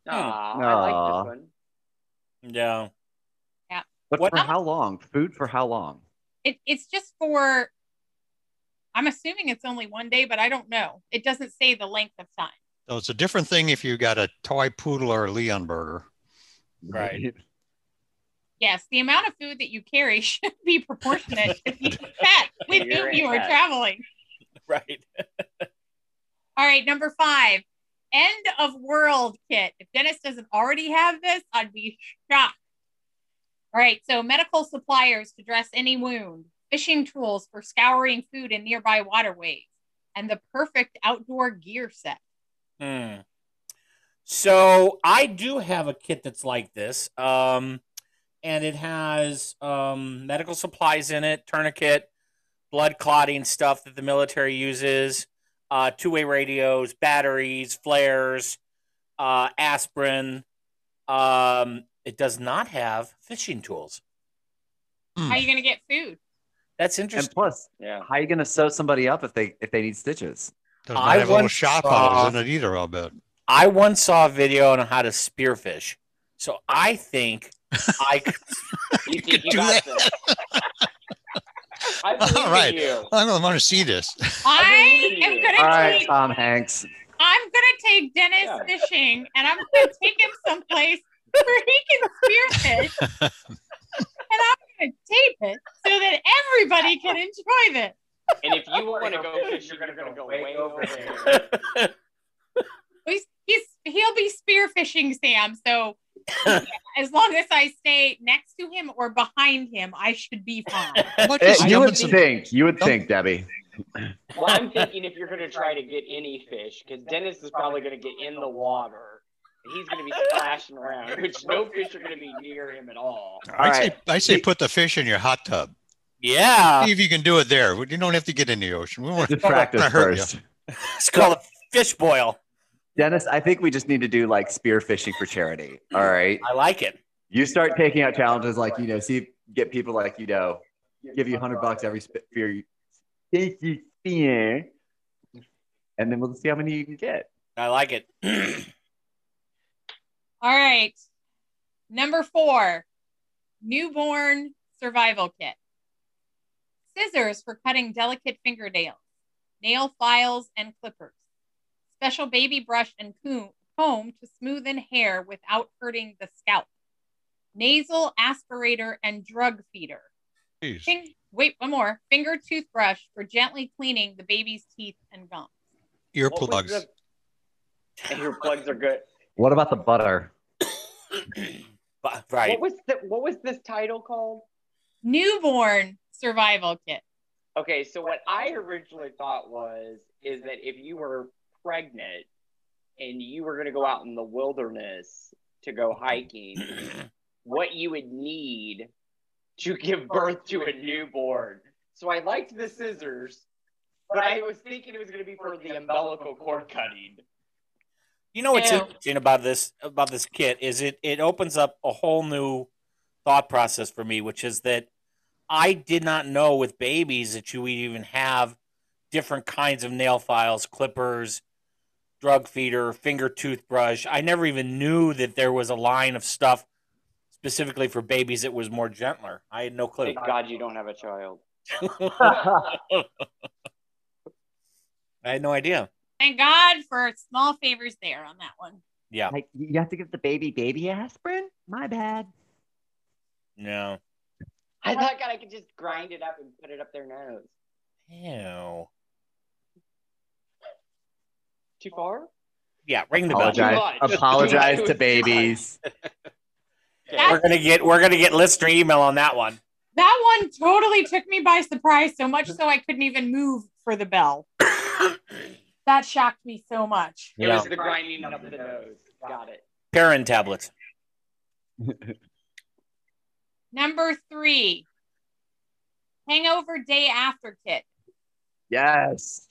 Speaker 6: Aw, I like
Speaker 3: Aw.
Speaker 6: this one.
Speaker 1: Yeah.
Speaker 3: But
Speaker 1: What-
Speaker 3: for how long? Food for how long?
Speaker 4: It, it's just for, I'm assuming it's only one day, but I don't know. It doesn't say the length of time.
Speaker 5: So it's a different thing if you got a toy poodle or a Leon burger.
Speaker 1: Right.
Speaker 4: Yes, the amount of food that you carry should be proportionate to the pet with
Speaker 6: You're
Speaker 4: whom
Speaker 6: a
Speaker 4: you are
Speaker 6: pet.
Speaker 4: traveling.
Speaker 1: Right.
Speaker 4: All right, number five, end of world kit. If Dennis doesn't already have this, I'd be shocked. All right, so medical suppliers to dress any wound, fishing tools for scouring food in nearby waterways, and the perfect outdoor gear set.
Speaker 1: Hmm. So I do have a kit that's like this, um, and it has um, medical supplies in it, tourniquet, blood clotting stuff that the military uses, uh, two-way radios, batteries, flares, uh, aspirin. Um, it does not have fishing tools.
Speaker 4: How are you going to get food?
Speaker 1: That's
Speaker 3: And
Speaker 1: interesting.
Speaker 3: plus,
Speaker 6: Yeah.
Speaker 3: how are you gonna sew somebody up if they if they need stitches?
Speaker 5: Does not
Speaker 1: I
Speaker 5: have a little
Speaker 1: once
Speaker 5: shot
Speaker 1: saw-
Speaker 5: bottles in it either, I'll bet.
Speaker 1: I once saw a video on how to spearfish, so I think I could
Speaker 6: You,
Speaker 5: could
Speaker 6: think you
Speaker 5: do
Speaker 6: got
Speaker 5: that.
Speaker 6: this. I believe
Speaker 5: All right.
Speaker 6: in you.
Speaker 5: I don't want to see this.
Speaker 4: I am
Speaker 6: believe you.
Speaker 4: going
Speaker 3: All
Speaker 4: to
Speaker 3: right,
Speaker 4: take,
Speaker 3: Tom Hanks.
Speaker 4: I'm going to take Dennis
Speaker 6: Yeah.
Speaker 4: fishing, and I'm going to take him someplace where he can spearfish, and I'm going to tape it so that everybody can enjoy this.
Speaker 6: you're gonna go way over there.
Speaker 4: He's, he's he'll be spearfishing Sam. So as long as I stay next to him or behind him, I should be fine.
Speaker 3: Eh,
Speaker 6: is
Speaker 3: you would
Speaker 6: Dumbledore-
Speaker 3: think. You would think, Debbie.
Speaker 6: Well, I'm thinking if you're gonna try to get any fish, because Dennis is probably gonna get in the water. and He's gonna be splashing around, which no fish are gonna be near him at all.
Speaker 5: I say, I say, put the fish in your hot tub.
Speaker 1: Yeah.
Speaker 5: See if you can do it there. You don't have to get in the ocean. We want
Speaker 3: Just practice first.
Speaker 1: It's called a fish boil.
Speaker 3: Dennis, I think we just need to do like spear fishing for charity. All right.
Speaker 1: I like it.
Speaker 3: You start taking out challenges like, you know, see, if- get people like, you know, give you 100 bucks every sp- spear you think you spear. And then we'll see how many you can get.
Speaker 1: I like it.
Speaker 4: All right. Number four, newborn survival kit. Scissors for cutting delicate fingernails, nail files and clippers, special baby brush and comb, comb to smoothen hair without hurting the scalp, nasal aspirator and drug feeder.
Speaker 5: Jeez.
Speaker 4: Fing- wait, one more. Finger toothbrush for gently cleaning the baby's teeth and gums.
Speaker 5: Earplugs.
Speaker 6: Your plugs are good.
Speaker 3: What about the butter?
Speaker 6: What was the, what was this title called?
Speaker 4: Newborn survival kit.
Speaker 6: Okay, so what I originally thought was is that if you were pregnant and you were going to go out in the wilderness to go hiking, what you would need to give birth to a newborn. So I liked the scissors, but I was thinking it was going to be for the umbilical cord cutting.
Speaker 1: You know what's
Speaker 6: Ew.
Speaker 1: interesting about this about this kit is it it opens up a whole new thought process for me, which is that I did not know with babies that you would even have different kinds of nail files, clippers, drug feeder, finger toothbrush. I never even knew that there was a line of stuff specifically for babies that was more gentler. I had no clue.
Speaker 6: Thank Oh, God you don't have a child.
Speaker 1: I had no idea.
Speaker 4: Thank God for small favors there on that one.
Speaker 1: Yeah.
Speaker 3: Like, you have to give the baby baby aspirin? My bad.
Speaker 1: No.
Speaker 6: I thought God I could just grind it up and put it up their nose.
Speaker 1: Ew.
Speaker 6: Too far?
Speaker 1: Yeah, ring the
Speaker 3: Apologize,
Speaker 1: bell.
Speaker 3: apologize to babies.
Speaker 1: We're gonna get we're gonna get listener email on that one.
Speaker 4: That one totally took me by surprise, so much so I couldn't even move for the bell. that shocked me so much.
Speaker 6: It
Speaker 1: Yeah.
Speaker 6: was the grinding up the nose. Got it.
Speaker 1: Parent tablets.
Speaker 4: Number three, hangover day after kit.
Speaker 3: Yes.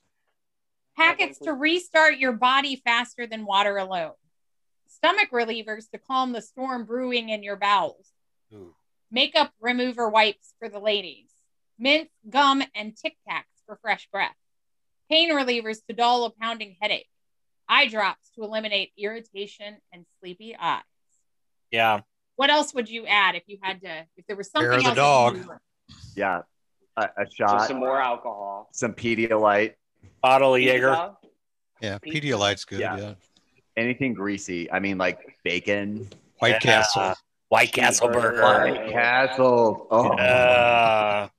Speaker 4: Packets to restart your body faster than water alone. Stomach relievers to calm the storm brewing in your bowels. Makeup remover wipes for the ladies. Mint, gum, and Tic Tacs for fresh breath. Pain relievers to dull a pounding headache. Eye drops to eliminate irritation and sleepy eye.
Speaker 1: Yeah.
Speaker 4: What else would you add if you had to? If there was something
Speaker 3: Bear the
Speaker 4: else that you
Speaker 3: dog.
Speaker 4: were-
Speaker 3: Yeah. A, a
Speaker 6: So
Speaker 3: shot,
Speaker 6: some more alcohol.
Speaker 3: some Pedialyte.
Speaker 1: Bottle of
Speaker 6: Jaeger.
Speaker 5: Yeah, Pedialyte's good. Yeah.
Speaker 3: Anything greasy. I mean, like bacon.
Speaker 5: White Yeah. Castle.
Speaker 1: White Castle burger. Uh,
Speaker 3: White Castle. Oh.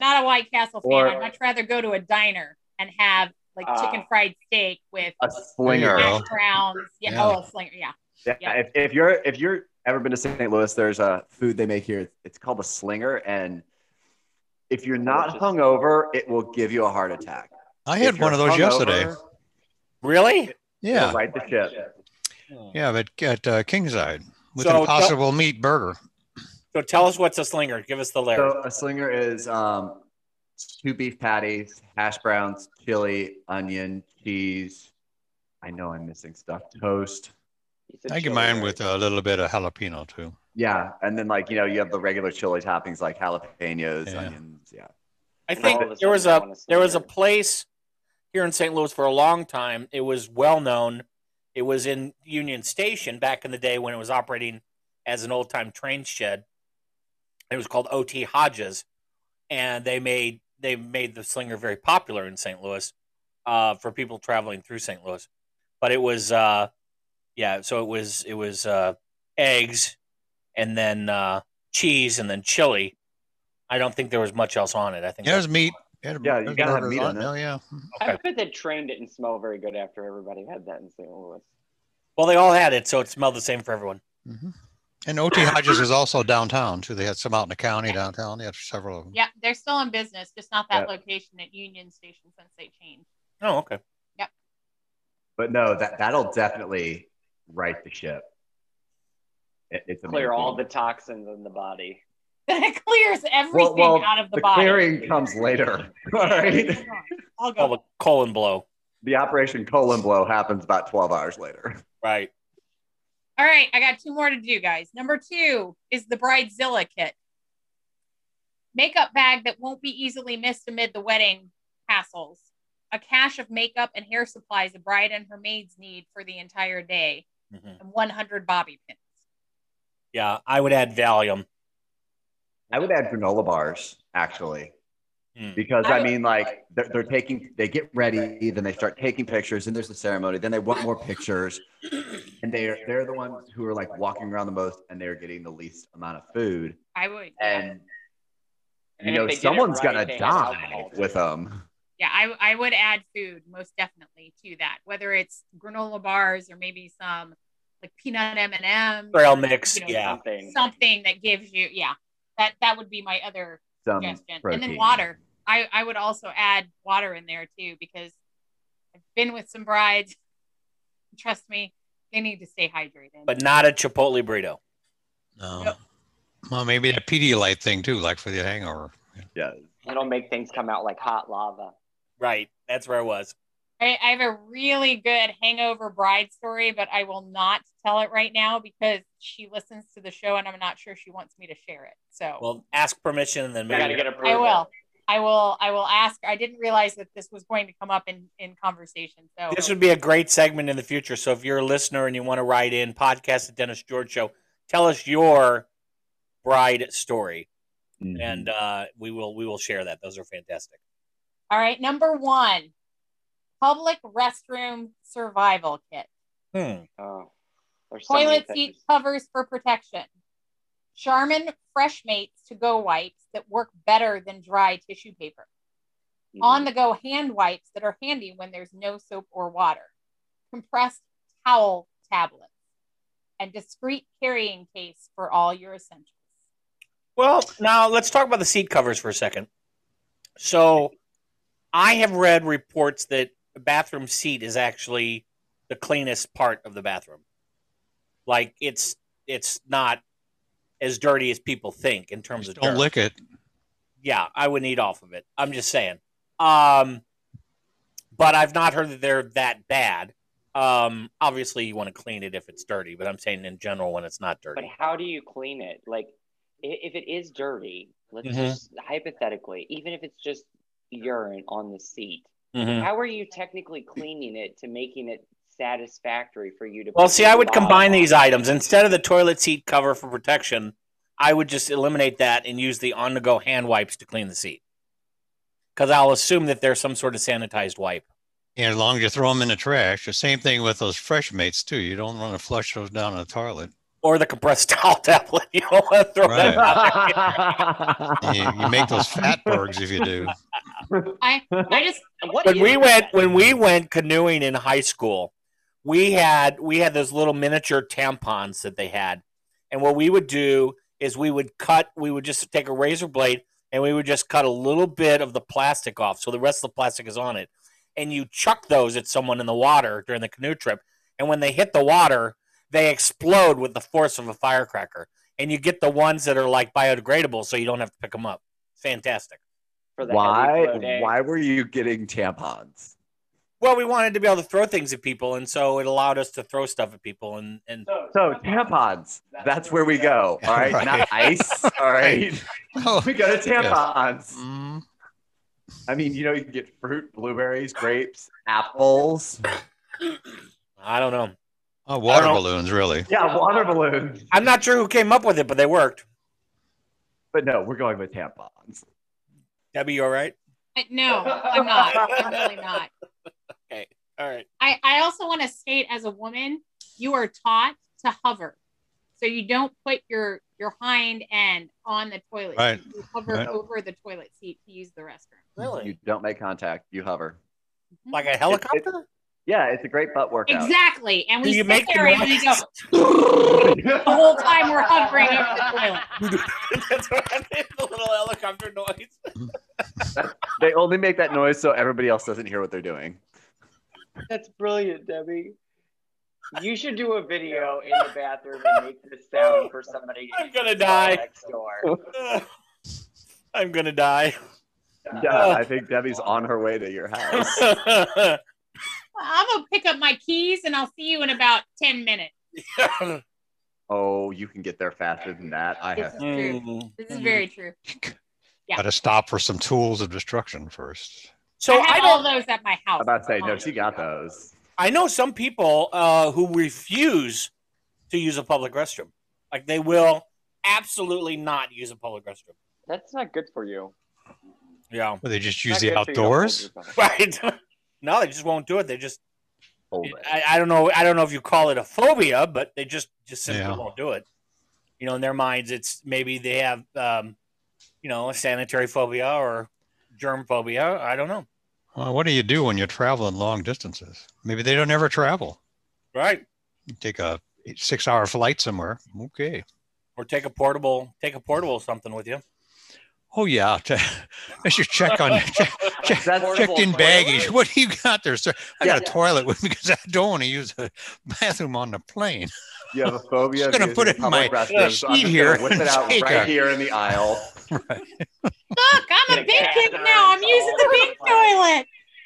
Speaker 4: Not a White Castle fan.
Speaker 3: Or-
Speaker 4: I'd much rather go to a diner and have like
Speaker 3: Ah.
Speaker 4: chicken fried steak with
Speaker 3: A slinger.
Speaker 4: hash browns. Yeah,
Speaker 3: Yeah.
Speaker 4: Oh, a slinger. Yeah.
Speaker 3: Yeah, If, if you're if you're ever been to St. Louis, there's a food they make here. It's, it's called a slinger, and if you're not hungover, it will give you a heart attack.
Speaker 5: I had
Speaker 3: If you're
Speaker 5: one of those
Speaker 3: hungover,
Speaker 5: yesterday.
Speaker 1: Really?
Speaker 5: Yeah.
Speaker 3: it'll right the ship.
Speaker 5: Yeah, but at uh, Kingside with
Speaker 1: So-
Speaker 5: Impossible Meat Burger.
Speaker 1: So tell us what's a slinger. Give us the layer.
Speaker 3: So a slinger is um, two beef patties, hash browns, chili, onion, cheese. I know I'm missing stuff. Toast.
Speaker 5: I get mine with uh, a little bit of jalapeno too.
Speaker 3: Yeah, and then like you know you have the regular chili toppings like jalapenos,
Speaker 5: Yeah.
Speaker 3: onions. Yeah.
Speaker 1: I think there was a there was a place here in St. Louis for a long time. It was well known. It was in Union Station back in the day when it was operating as an old time train shed. It was called OT Hodges, and they made they made the slinger very popular in St. Louis uh, for people traveling through St. Louis. But it was uh, yeah, so it was it was uh, eggs and then uh, cheese and then chili. I don't think there was much else on it. I think
Speaker 5: There's meat. Yeah,
Speaker 3: Yeah, you gotta have meat on
Speaker 5: Oh,
Speaker 3: that.
Speaker 5: yeah.
Speaker 6: I bet that train didn't smell very good after everybody had that in St. Louis.
Speaker 1: Well, they all had it, so it smelled the same for everyone.
Speaker 4: Mm-hmm.
Speaker 5: Mm-hmm. And OT Hodges is also downtown too. They had some out in the county downtown. They had several of them.
Speaker 4: Yep, they're still in business, just not that
Speaker 5: Yep.
Speaker 4: location at Union Station since they changed.
Speaker 1: Oh, okay.
Speaker 4: Yep.
Speaker 3: But no, that that'll definitely right the ship. It- it's
Speaker 6: Clear
Speaker 3: amazing.
Speaker 6: all the toxins in the body.
Speaker 4: That clears
Speaker 3: Well,
Speaker 4: everything
Speaker 3: well,
Speaker 4: out of the,
Speaker 3: the
Speaker 4: body.
Speaker 3: clearing comes later. All right.
Speaker 4: I'll go.
Speaker 1: Oh, the colon blow.
Speaker 3: The operation colon blow happens about 12 hours later.
Speaker 1: Right.
Speaker 4: All right, I got two more to do, guys. Number two is the bridezilla kit makeup bag that won't be easily missed amid the wedding hassles. A cache of makeup and hair supplies a bride and her maids need for the entire day,
Speaker 1: Mm-hmm.
Speaker 4: and 100 bobby pins.
Speaker 1: Yeah, I would add Valium.
Speaker 3: I would add granola bars actually, because I, mean, like they're, they're taking, they get ready, then they start taking pictures, and there's the ceremony, then they want more pictures, and they're they're the ones who are like walking around the most, and they're getting the least amount of food,
Speaker 4: I would.
Speaker 3: and you
Speaker 6: And if
Speaker 3: know
Speaker 6: they did it
Speaker 3: someone's
Speaker 6: right, they
Speaker 3: gonna
Speaker 6: had
Speaker 3: die
Speaker 6: alcohol,
Speaker 3: with uh, them.
Speaker 4: Yeah, I, I would add food most definitely to that, whether it's granola bars or maybe some like peanut M and M's,
Speaker 1: Trail mix, yeah.
Speaker 4: something. something that gives you, yeah, that that would be my other
Speaker 1: Some
Speaker 4: suggestion. And
Speaker 1: Um, protein.
Speaker 4: then water, I I would also add water in there too because I've been with some brides. Trust me, they need to stay hydrated.
Speaker 1: But not a Chipotle burrito.
Speaker 5: No.
Speaker 4: Yep.
Speaker 5: Um, Well, maybe that Pedialyte thing too, like for the hangover.
Speaker 3: Yeah.
Speaker 6: It'll make things come out like hot lava.
Speaker 1: Right. That's where I was.
Speaker 4: I, I have a really good hangover bride story, but I will not tell it right now because she listens to the show and I'm not sure she wants me to share it. So
Speaker 1: Well, ask permission and then
Speaker 6: We gotta
Speaker 1: maybe
Speaker 6: get
Speaker 4: I
Speaker 6: approved.
Speaker 4: will. I will I will ask. I didn't realize that this was going to come up in, in conversation. So
Speaker 1: This would be a great segment in the future. So if you're a listener and you want to write in podcast at Dennis George Show, tell us your bride story, and uh, we will we will share that. Those are fantastic.
Speaker 4: all right, number one, public restroom survival kit.
Speaker 1: Hmm.
Speaker 6: Oh, there's so many
Speaker 4: Toilet
Speaker 6: things.
Speaker 4: seat covers for protection. Charmin Freshmates to go wipes that work better than dry tissue paper.
Speaker 6: Mm-hmm.
Speaker 4: on the go hand wipes that are handy when there's no soap or water, compressed towel tablets, and discreet carrying case for all your essentials.
Speaker 1: Well, now let's talk about the seat covers for a second. So, I have read reports that the bathroom seat is actually the cleanest part of the bathroom. Like it's it's not as dirty as people think in terms of
Speaker 5: Don't
Speaker 1: dirt.
Speaker 5: lick it.
Speaker 1: yeah, I would eat off of it. I'm just saying. Um, but I've not heard that they're that bad. Um, obviously, you want to clean it if it's dirty, but I'm saying in general when it's not
Speaker 6: But
Speaker 1: dirty.
Speaker 6: how do you clean it? Like, i- if it is dirty, let's
Speaker 5: Mm-hmm.
Speaker 1: Mhm.
Speaker 6: just hypothetically, even if it's just urine on the seat,
Speaker 1: Mhm.
Speaker 6: how are you technically cleaning it to making it satisfactory for you to?
Speaker 1: Well,
Speaker 6: put
Speaker 1: see, I
Speaker 6: your
Speaker 1: would
Speaker 6: bottom
Speaker 1: combine
Speaker 6: on?
Speaker 1: these items instead of the toilet seat cover for protection. I would just eliminate that and use the on-the-go hand wipes to clean the seat. Because I'll assume that there's some sort of sanitized wipe.
Speaker 5: And as long as you throw them in the trash, the same thing with those fresh mates too. You don't want to flush those down in the toilet.
Speaker 1: Or the compressed towel tablet. You don't want to throw that
Speaker 3: Mm-hmm.
Speaker 1: out there.
Speaker 5: You, you make those fat burgs if you do.
Speaker 4: I, I just
Speaker 1: when we went when we went canoeing in high school, we had we had those little miniature tampons that they had, and what we would do is we would cut we would just take a razor blade and we would just cut a little bit of the plastic off, so the rest of the plastic is on it, and you chuck those at someone in the water during the canoe trip, and when they hit the water, they explode with the force of a firecracker, and you get the ones that are like biodegradable, so you don't have to pick them up. Fantastic.
Speaker 6: For
Speaker 3: Why? Why were you getting tampons?
Speaker 1: Well, we wanted to be able to throw things at people, and so it allowed us to throw stuff at people. And and
Speaker 3: So tampons. That's where we go. All right, not ice. All right,
Speaker 4: Oh.
Speaker 3: we go to tampons.
Speaker 5: Mm-hmm.
Speaker 3: I mean, you know, you can get fruit, blueberries, grapes, apples.
Speaker 1: I don't know.
Speaker 5: Oh, water balloons, really.
Speaker 3: Yeah, water balloons.
Speaker 1: I'm not sure who came up with it, but they worked.
Speaker 3: But no, we're going with tampons.
Speaker 1: Debbie, you all right?
Speaker 4: I- no, I'm not. I'm really not.
Speaker 1: Okay, all right.
Speaker 4: I, I also want to state as a woman, you are taught to hover. So you don't put your your hind end on the toilet.
Speaker 3: Right.
Speaker 4: You hover
Speaker 3: Right.
Speaker 4: over the toilet seat to use the restroom.
Speaker 3: You don't make contact. You hover.
Speaker 11: Like a helicopter?
Speaker 3: yeah, it's a great butt workout.
Speaker 4: Exactly. And we
Speaker 3: Do you
Speaker 4: sit
Speaker 3: make the
Speaker 4: there and we go the whole time we're hovering over the toilet.
Speaker 1: That's what I made the little helicopter noise.
Speaker 3: They only make that noise so everybody else doesn't hear what they're doing.
Speaker 6: That's brilliant, Debbie. You should do a video in the bathroom and make this sound for somebody.
Speaker 1: I'm gonna die.
Speaker 6: Next door.
Speaker 1: I'm gonna die.
Speaker 3: Yeah, I think Debbie's on her way to your
Speaker 1: Hmm.
Speaker 3: house.
Speaker 4: Well, I'm gonna pick up my keys and I'll see you in about ten minutes.
Speaker 3: oh, you can get there faster than that. I
Speaker 4: This
Speaker 3: have.
Speaker 4: is true. This is very true. Yeah.
Speaker 5: Gotta stop for some tools of destruction first.
Speaker 4: I have all those at my house.
Speaker 3: about to say no. She got those.
Speaker 1: I know some people uh, who refuse to use a public restroom. Like they will absolutely not use a public restroom.
Speaker 6: That's not good for you.
Speaker 1: Yeah.
Speaker 5: Well, they just
Speaker 1: Not
Speaker 5: use the
Speaker 1: good for you.
Speaker 5: outdoors.
Speaker 1: Right. no, they just won't do it. They just. I, I don't know. I don't know if you call it a phobia, but they just just simply
Speaker 5: Yeah.
Speaker 1: won't do it. You know, in their minds, it's maybe they have, um, you know, a sanitary phobia or germ phobia. I don't know.
Speaker 5: Well, what do you do when you're traveling long distances? Maybe they don't ever travel.
Speaker 1: Right.
Speaker 5: You take a six hour flight somewhere. Okay.
Speaker 1: Or take a portable, take a portable something with you.
Speaker 5: Oh yeah. That's your check on check,
Speaker 1: That's-
Speaker 5: check- checked in
Speaker 1: Portable
Speaker 5: baggage.
Speaker 1: toilet?
Speaker 5: What do you got there, sir? I got
Speaker 1: Yeah.
Speaker 5: a toilet with me because I don't want to use the bathroom on the plane.
Speaker 3: You have a phobia.
Speaker 5: I'm gonna
Speaker 3: of
Speaker 5: put it
Speaker 3: using
Speaker 5: in my
Speaker 3: public restrooms, so I'm
Speaker 5: sheet
Speaker 3: just
Speaker 5: here.
Speaker 3: gonna Whip it out
Speaker 5: Take
Speaker 3: right
Speaker 5: a-
Speaker 3: here in the aisle.
Speaker 4: Look, I'm a big kid now. I'm using the big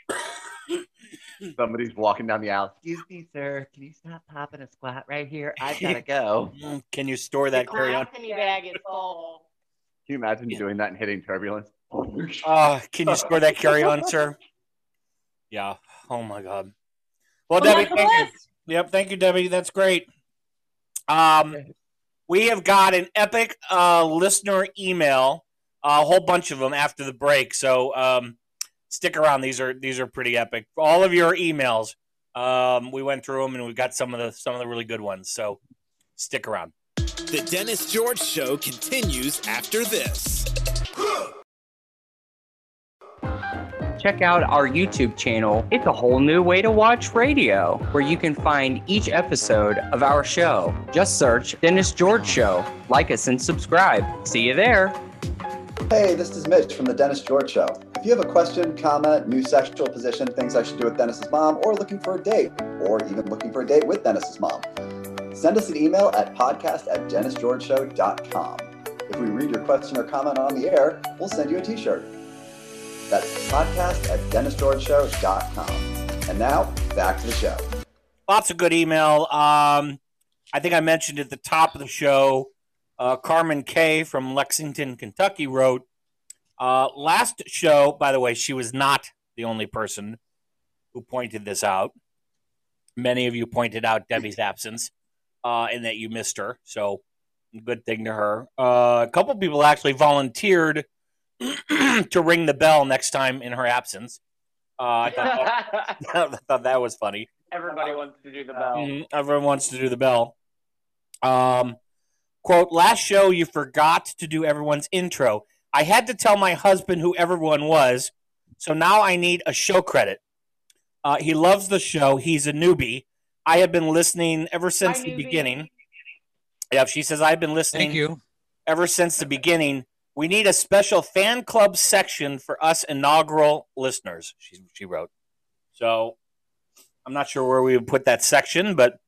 Speaker 4: toilet.
Speaker 3: Somebody's walking down the aisle. Excuse me, sir. Can you stop popping a squat right here? I've gotta go.
Speaker 1: Mm, Can you store that carry on?
Speaker 4: Alchemy bag is full.
Speaker 3: Can you imagine doing that and hitting turbulence?
Speaker 1: Uh, can you store that carry on, sir? Yeah. Oh my God. Well,
Speaker 2: Oh, my
Speaker 1: Debbie, thank you. Yep, thank you, Debbie. That's great. Um, we have got an epic uh, listener email, a whole bunch of them after the break. So um, stick around; these are these are pretty epic. All of your emails, um, we went through them, and we got some of the some of the really good ones. So stick around.
Speaker 2: The Dennis George Show continues after this.
Speaker 10: Check out our YouTube channel. It's a whole new way to watch radio, where you can find each episode of our show. Just search Dennis George Show. Like us and subscribe. See you there.
Speaker 8: Hey, this is Mitch from The Dennis George Show. If you have a question, comment, new sexual position, things I should do with Dennis's mom, or looking for a date, or even looking for a date with Dennis's mom, send us an email at podcast at dennisgeorgeshow.com. If we read your question or comment on the air, we'll send you a t shirt. That's podcast at dennisgeorgeshow.com. And now, back to the show.
Speaker 1: Lots of good email. Um, I think I mentioned at the top of the show, uh, Carmen Kay from Lexington, Kentucky wrote, uh, last show, by the way, she was not the only person who pointed this out. Many of you pointed out Debbie's absence uh, and that you missed her. So, good thing to her. Uh, a couple people actually volunteered to ring the bell next time in her absence. Uh, I, thought that, I thought that was funny.
Speaker 6: Everybody wants to do the bell.
Speaker 1: Mhm. Everyone wants to do the bell. Um, quote, last show you forgot to do everyone's intro. I had to tell my husband who everyone was, so now I need a show credit. Uh, he loves the show. He's a newbie. I have been listening ever since the beginning. Yep, she says I've been listening. Thank
Speaker 5: you.
Speaker 1: Ever since the beginning, we need a special fan club section for us inaugural listeners. She she wrote. So I'm not sure where we would put that section, but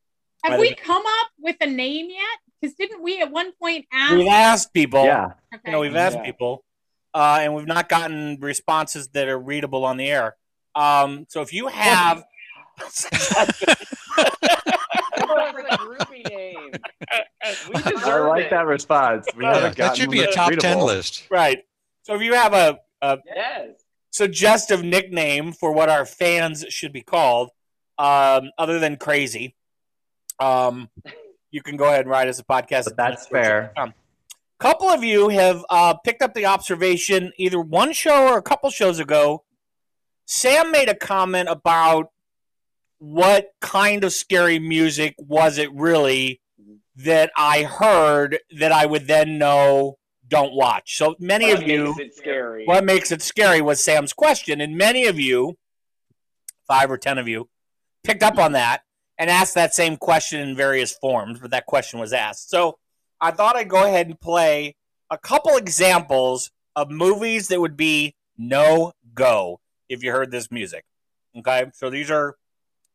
Speaker 4: Have we come up with a name yet? Because didn't we at one point ask?
Speaker 1: we've asked people.
Speaker 3: Yeah.
Speaker 1: You know, we've asked
Speaker 4: Okay.
Speaker 1: people, uh, and we've not gotten responses that are readable on the air. Um, so if you have,
Speaker 6: groupie name. We
Speaker 3: I
Speaker 6: deserve
Speaker 3: like
Speaker 6: it.
Speaker 3: that response. We
Speaker 1: Yeah,
Speaker 3: haven't
Speaker 1: that
Speaker 3: gotten
Speaker 1: should be a
Speaker 3: one
Speaker 1: top 10
Speaker 3: readable.
Speaker 5: list.
Speaker 1: right? So if you have a, a
Speaker 6: Yes.
Speaker 1: suggestive nickname for what our fans should be called, um, other than crazy, um, you can go ahead and write us a podcast. But that's
Speaker 3: fair.
Speaker 1: A couple of you have uh, picked up the observation either one show or a couple shows ago. Sam made a comment about what kind of scary music was it really that I heard that I would then know don't watch. So many
Speaker 6: What
Speaker 1: of you,
Speaker 6: makes it scary?
Speaker 1: what makes it scary was Sam's question, and many of you, five or ten of you, picked up on that and asked that same question in various forms. But that question was asked, so I thought I'd go ahead and play a couple examples of movies that would be no go if you heard this music. Okay, so these are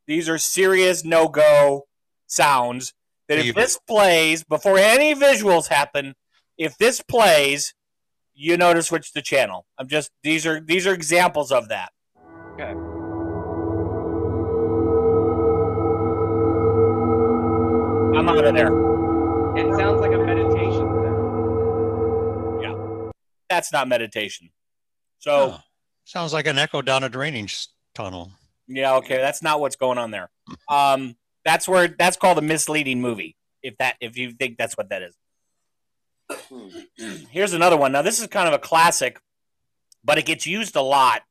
Speaker 1: these are serious no go sounds that if
Speaker 5: Evil.
Speaker 1: this plays before any visuals happen, if this plays, you know to switch the channel. I'm just these are these are examples of that.
Speaker 6: Okay.
Speaker 1: I'm out of there.
Speaker 6: It sounds like a meditation. though.
Speaker 1: That's not meditation. So
Speaker 5: Sounds like an echo down a drainage tunnel.
Speaker 1: Yeah, okay, that's not what's going on there. Um, that's where that's called a misleading movie. If that if you think that's what that is. Here's another one. Now this is kind of a classic, but it gets used a lot.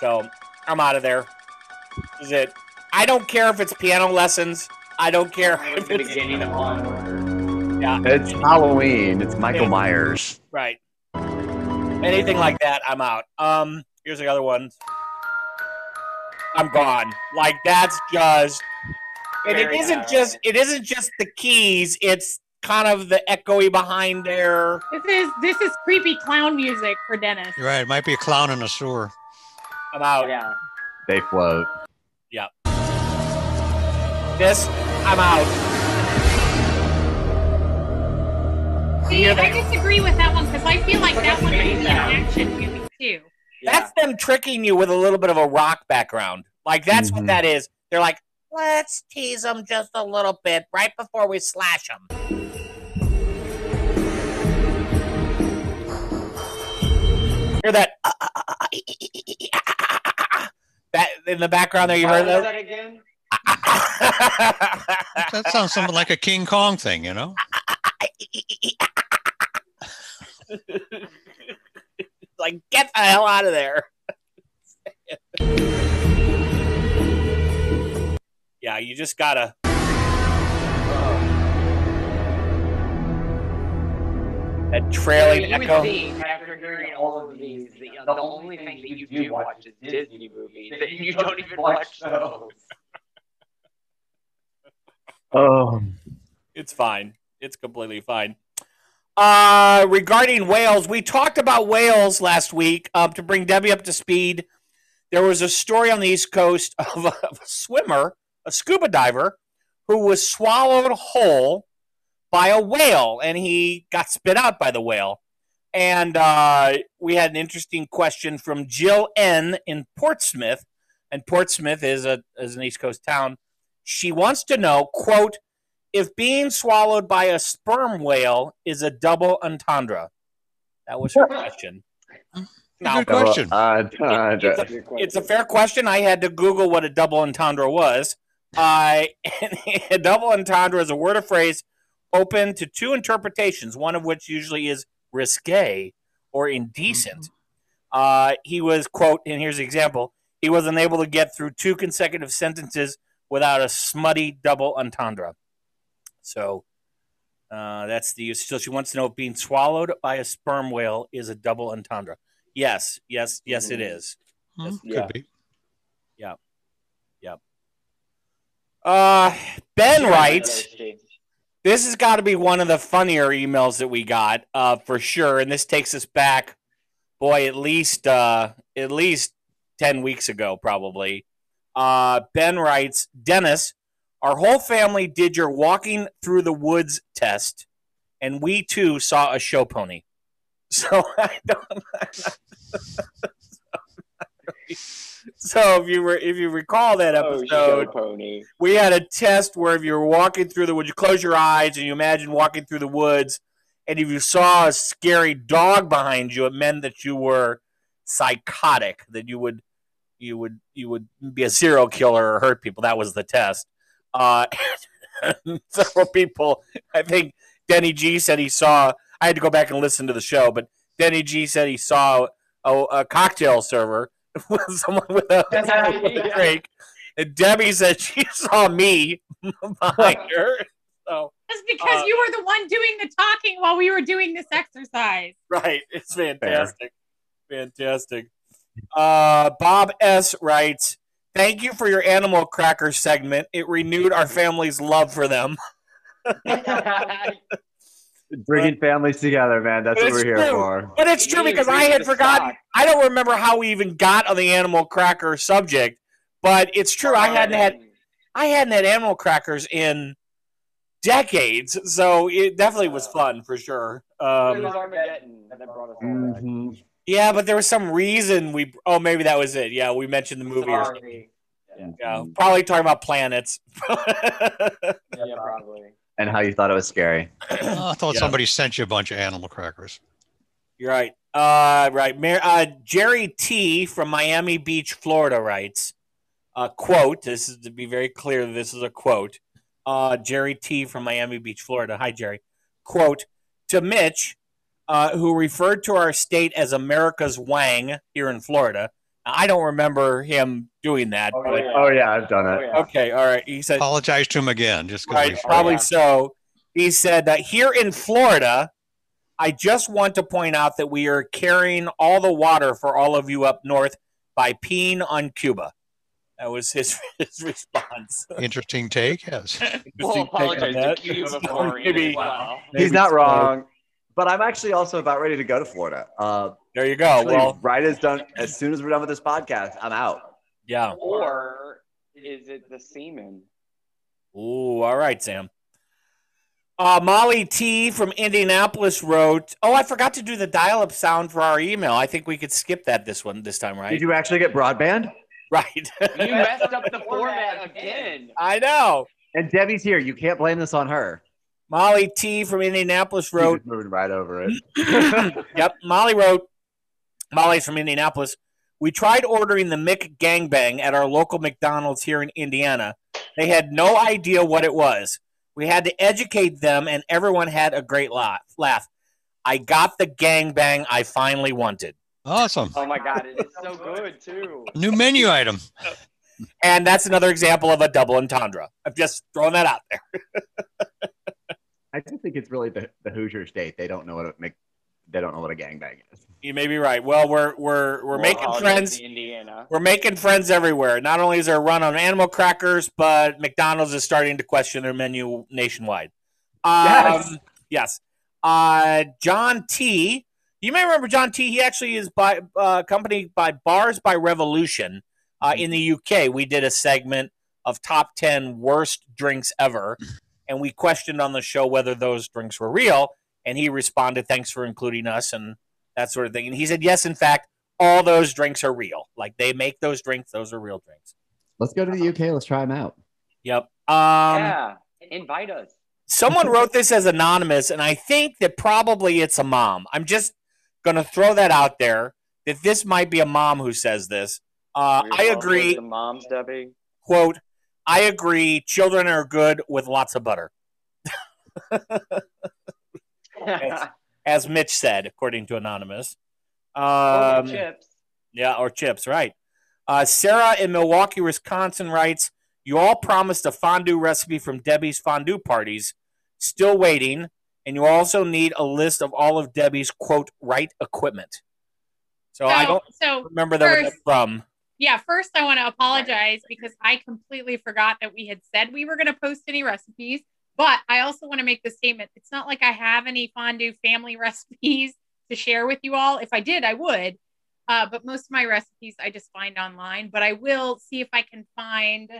Speaker 1: So I'm out of there. This is it? I don't care if it's piano lessons. I don't care if it's beginning Yeah,
Speaker 3: It's Halloween. It's Michael
Speaker 1: Yeah.
Speaker 3: Myers.
Speaker 1: right. Anything like that, I'm out. Um, here's the other one. I'm gone. Like that's just and it
Speaker 6: Very
Speaker 1: isn't
Speaker 6: good.
Speaker 1: just it isn't just the keys, it's kind of the echoey behind there.
Speaker 4: This is this is creepy clown music for Dennis.
Speaker 5: You're right. It might be a clown in a sewer.
Speaker 1: I'm out.
Speaker 6: Yeah.
Speaker 3: They float.
Speaker 1: Yeah. This, I'm out.
Speaker 4: See,
Speaker 1: Yeah,
Speaker 4: I
Speaker 1: that-
Speaker 4: disagree with that one because I feel like that one would be an
Speaker 6: sound.
Speaker 4: action movie too.
Speaker 1: That's them tricking you with a little bit of a rock background. Like that's what that is. They're like, let's tease them just a little bit right before we slash them. Hear that? "Ah, ah, ah, ah, ee, ee, ee, ee, ah, ah, ah, ah, ah." That in the background there, you
Speaker 6: How
Speaker 1: heard
Speaker 6: was
Speaker 1: that? Ah,
Speaker 6: that again?
Speaker 5: That sounds something like a King Kong thing, you know?
Speaker 1: like, get the hell out of there. yeah, you just gotta. That trailing
Speaker 6: You would
Speaker 1: echo.
Speaker 6: think after hearing all of these, the, the only thing that you do watch is Disney movies, and you don't even watch those.
Speaker 3: Oh.
Speaker 1: It's fine. It's completely fine. Uh, regarding Wales, we talked about Wales last week. Uh, to bring Debbie up to speed, there was a story on the East Coast of a, of a swimmer, a scuba diver, who was swallowed whole by a whale, and he got spit out by the whale. And uh, we had an interesting question from Jill N. in Portsmouth, and Portsmouth is a is an East Coast town. She wants to know, quote, if being swallowed by a sperm whale is a double entendre. That was her question. Now,
Speaker 5: Good question.
Speaker 3: Uh, uh,
Speaker 1: it's a, it's a fair question. I had to Google what a double entendre was. Uh, a double entendre is a word or phrase open to two interpretations, one of which usually is risque or indecent. Uh, he was, quote, and here's the example he was unable to get through two consecutive sentences without a smutty double entendre. So uh, that's the So she wants to know if being swallowed by a sperm whale is a double entendre. Yes, yes, yes, it is.
Speaker 5: Hmm,
Speaker 1: Yes,
Speaker 5: could
Speaker 1: yeah.
Speaker 5: be.
Speaker 1: Yep. Yep. Uh, Ben writes,
Speaker 6: Oh,
Speaker 1: this has got to be one of the funnier emails that we got uh, for sure. And this takes us back, boy, at least uh, at least ten weeks ago, probably. Uh, ben writes, Dennis, our whole family did your walking through the woods test, and we too saw a show pony. So I don't. So if you were, if you recall that
Speaker 6: Oh, show
Speaker 1: episode,
Speaker 6: pony.
Speaker 1: we had a test where if you were walking through the woods, you close your eyes and you imagine walking through the woods, and if you saw a scary dog behind you, it meant that you were psychotic, that you would you would you would be a serial killer or hurt people. That was the test. Uh, several people, I think Denny G said he saw. I had to go back and listen to the show, but Denny G said he saw a, a cocktail server with someone with a, with a drink And Debbie said she saw me behind her. So
Speaker 4: That's because
Speaker 1: Uh,
Speaker 4: you were the one doing the talking while we were doing this exercise.
Speaker 1: right, it's fantastic, fantastic. Uh, Bob S writes, "Thank you for your animal cracker segment. It renewed our family's love for them."
Speaker 3: Bringing families together, man. That's
Speaker 1: But
Speaker 3: what
Speaker 1: it's
Speaker 3: we're here
Speaker 1: true.
Speaker 3: for.
Speaker 1: But it's true
Speaker 6: You
Speaker 1: because I
Speaker 6: agree
Speaker 1: had
Speaker 6: to
Speaker 1: forgotten.
Speaker 6: suck.
Speaker 1: I don't remember how we even got on the animal cracker subject, but it's true. I hadn't had I hadn't had animal crackers in decades, so it definitely was fun for sure.
Speaker 6: it was
Speaker 1: Um,
Speaker 6: Armageddon that brought us all back.
Speaker 3: Mhm.
Speaker 1: yeah, but there was some reason we. Oh, maybe that was it. Yeah, we mentioned the movie. Or something.
Speaker 6: Sorry.
Speaker 1: Yeah, probably talking about planets.
Speaker 6: Yeah, probably.
Speaker 3: And how you thought it was scary.
Speaker 5: Oh, I thought
Speaker 1: Yeah.
Speaker 5: somebody sent you a bunch of animal crackers.
Speaker 1: You're right. Uh, right. Mar- uh, Jerry T from Miami Beach, Florida writes, uh, quote, this is to be very clear, this is a quote. Uh, Jerry T from Miami Beach, Florida. Hi, Jerry. Quote, to Mitch, uh, who referred to our state as America's Wang here in Florida. I don't remember him doing that.
Speaker 3: Oh,
Speaker 1: but-
Speaker 3: yeah. Oh, yeah, I've done it. Oh, yeah.
Speaker 1: Okay, all right. He said,
Speaker 5: Apologize to him again, just because.
Speaker 1: Right, probably so. He said that here in Florida, I just want to point out that we are carrying all the water for all of you up north by peeing on Cuba. That was his, his response.
Speaker 5: Interesting take. Yes.
Speaker 6: We'll
Speaker 1: Interesting take on
Speaker 6: apologize to
Speaker 1: that.
Speaker 6: Cuba
Speaker 1: So
Speaker 6: for it
Speaker 1: maybe-
Speaker 6: as well.
Speaker 1: Maybe
Speaker 3: He's not
Speaker 1: so.
Speaker 3: wrong. But I'm actually also about ready to go to Florida. Uh,
Speaker 1: there you go. well-
Speaker 3: right as done, as soon as we're done with this podcast, I'm out.
Speaker 1: Yeah.
Speaker 6: Or is it the semen?
Speaker 1: Ooh, all right, Sam. Uh, Molly T from Indianapolis wrote, "Oh, I forgot to do the dial-up sound for our email. I think we could skip that this one this time, right?
Speaker 3: Did you actually get broadband?
Speaker 1: right?
Speaker 6: You messed up the format again.
Speaker 1: I know."
Speaker 3: And Debbie's here. You can't blame this on her.
Speaker 1: Molly T from Indianapolis
Speaker 3: She's
Speaker 1: wrote,
Speaker 3: just moving right over it.
Speaker 1: yep. Molly wrote, Molly's from Indianapolis. We tried ordering the Mick Gangbang at our local McDonald's here in Indiana. They had no idea what it was. We had to educate them, and everyone had a great laugh. laugh. I got the gangbang I finally wanted.
Speaker 5: Awesome.
Speaker 6: Oh my god, it is so good too.
Speaker 5: New menu item.
Speaker 1: And that's another example of a double entendre. I'm just throwing that out there.
Speaker 3: I just think it's really the, the Hoosier state. They don't know what a Mc, they don't know what a gangbang is.
Speaker 1: You may be right. Well, we're we're we're
Speaker 6: Well,
Speaker 1: making
Speaker 6: holidays
Speaker 1: friends.
Speaker 6: in Indiana.
Speaker 1: We're making friends everywhere. Not only is there a run on animal crackers, but McDonald's is starting to question their menu nationwide. Um, yes.
Speaker 3: Yes.
Speaker 1: Uh, John T. You may remember John T. He actually is by uh, accompanied by Bars by Revolution uh, in the UK. We did a segment of top ten worst drinks ever, and we questioned on the show whether those drinks were real. And he responded, "Thanks for including us," and that sort of thing. And he said, "Yes, in fact." all those drinks are real. Like they make those drinks; those are real drinks.
Speaker 3: Let's go to the UK. Let's try them out.
Speaker 1: Yep. Um,
Speaker 6: yeah, invite us.
Speaker 1: Someone wrote this as anonymous, and I think that probably it's a mom. I'm just going to throw that out there that this might be a mom who says this. Uh,
Speaker 6: We're
Speaker 1: I
Speaker 6: all
Speaker 1: agree.
Speaker 6: The moms, Debbie.
Speaker 1: Quote: I agree. Children are good with lots of butter, Yes. as Mitch said, according to anonymous.
Speaker 6: Or
Speaker 1: Um,
Speaker 6: chips.
Speaker 1: Yeah, or chips, right. Uh, Sarah in Milwaukee, Wisconsin writes, You all promised a fondue recipe from Debbie's fondue parties. Still waiting. And you also need a list of all of Debbie's, quote, right equipment. So I don't
Speaker 4: so
Speaker 1: remember that where
Speaker 4: first-
Speaker 1: that's from.
Speaker 4: yeah, first I want to apologize because I completely forgot that we had said we were going to post any recipes. But I also want to make the statement it's not like I have any fondue family recipes to share with you all. If I did, I would. Uh, but most of my recipes I just find online, but I will see if I can find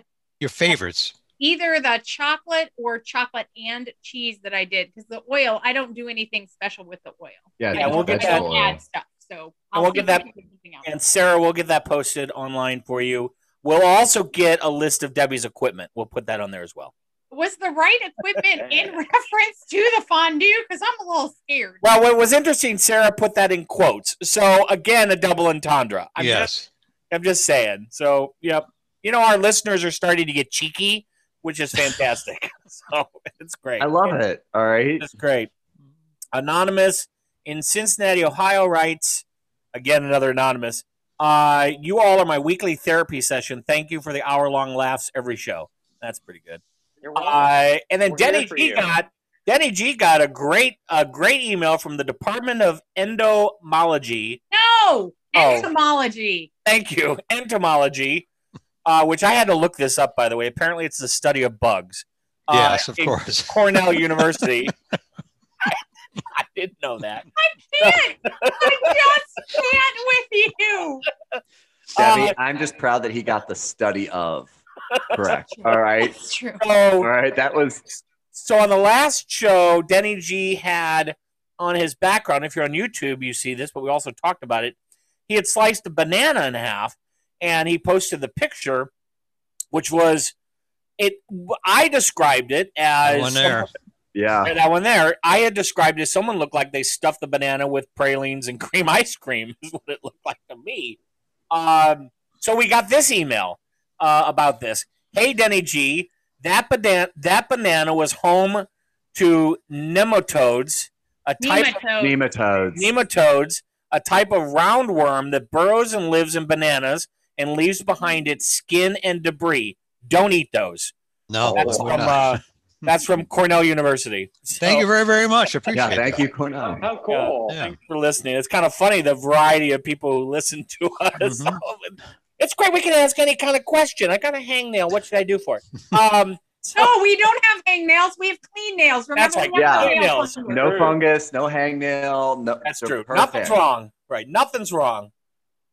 Speaker 5: Your favorites.
Speaker 4: either the chocolate or chocolate and cheese that I did because the oil, I don't do anything special with the oil.
Speaker 3: Yeah,
Speaker 1: Yeah, we'll get
Speaker 4: I
Speaker 1: that.
Speaker 4: don't add stuff. So
Speaker 1: And we'll
Speaker 4: see
Speaker 1: get
Speaker 4: if I
Speaker 1: that.
Speaker 4: can do something else.
Speaker 1: And Sarah, we'll get that posted online for you. We'll also get a list of Debbie's equipment. We'll put that on there as well.
Speaker 4: was the right equipment in reference to the fondue? Because I'm a little scared.
Speaker 1: Well, what was interesting, Sarah put that in quotes. So again, a double entendre. I'm just
Speaker 5: yes.
Speaker 1: I'm just saying. So, yep. You know, our listeners are starting to get cheeky, which is fantastic. so it's great.
Speaker 3: I love it. All right.
Speaker 1: It's great. Anonymous in Cincinnati, Ohio writes again, another anonymous. Uh, you all are my weekly therapy session. Thank you for the hour long laughs every show. That's pretty good.
Speaker 6: You're
Speaker 1: Uh, and then
Speaker 6: We're here
Speaker 1: Denny
Speaker 6: for
Speaker 1: G
Speaker 6: you.
Speaker 1: got Denny G got a great a great email from the Department of Endomology.
Speaker 4: No,
Speaker 1: Oh.
Speaker 4: entomology.
Speaker 1: Thank you, entomology, uh, which I had to look this up by the way. Apparently, it's the study of bugs. Uh,
Speaker 5: Yes, of
Speaker 1: in
Speaker 5: course.
Speaker 1: Cornell University. I, I didn't know that.
Speaker 4: Can't. I just can't with you.
Speaker 3: Debbie,
Speaker 1: Uh,
Speaker 3: I'm just proud that he got the study of. Correct. All right.
Speaker 4: True.
Speaker 3: All right. That was
Speaker 1: So on the last show, Denny G had on his background. If you're on YouTube, you see this, but we also talked about it. He had sliced a banana in half, and he posted the picture, which was it. I described it as
Speaker 5: one there.
Speaker 3: Yeah.
Speaker 1: that one there. I had described it as someone looked like they stuffed the banana with pralines and cream ice cream. Is what it looked like to me. Um, so we got this email uh, about this. Hey, Denny G, that banana that banana was home to nematodes, a type
Speaker 4: Nematode.
Speaker 3: nematodes.
Speaker 1: nematodes, a type of roundworm that burrows and lives in bananas and leaves behind it skin and debris. Don't eat those.
Speaker 5: No,
Speaker 1: that's
Speaker 5: we're
Speaker 1: from
Speaker 5: not.
Speaker 1: uh, that's from Cornell University.
Speaker 5: Thank you
Speaker 1: So-
Speaker 5: very, very much. Appreciate
Speaker 3: Yeah.
Speaker 5: it.
Speaker 3: Thank you, Cornell.
Speaker 6: How Oh, cool.
Speaker 5: Yeah.
Speaker 1: Thanks for listening. It's kind of funny the variety of people who listen to us. It's great. We can ask any kind of question. I got a hangnail. What should I do for it? Um,
Speaker 4: No, Oh, we don't have hang nails. We have clean nails. Remember,
Speaker 1: That's right.
Speaker 4: we have
Speaker 3: Yeah.
Speaker 4: clean
Speaker 1: Nails.
Speaker 4: nails.
Speaker 3: No
Speaker 1: True.
Speaker 3: fungus, no hangnail. No,
Speaker 1: that's
Speaker 3: they're
Speaker 1: true.
Speaker 3: perfect.
Speaker 1: Nothing's wrong. Right. Nothing's wrong.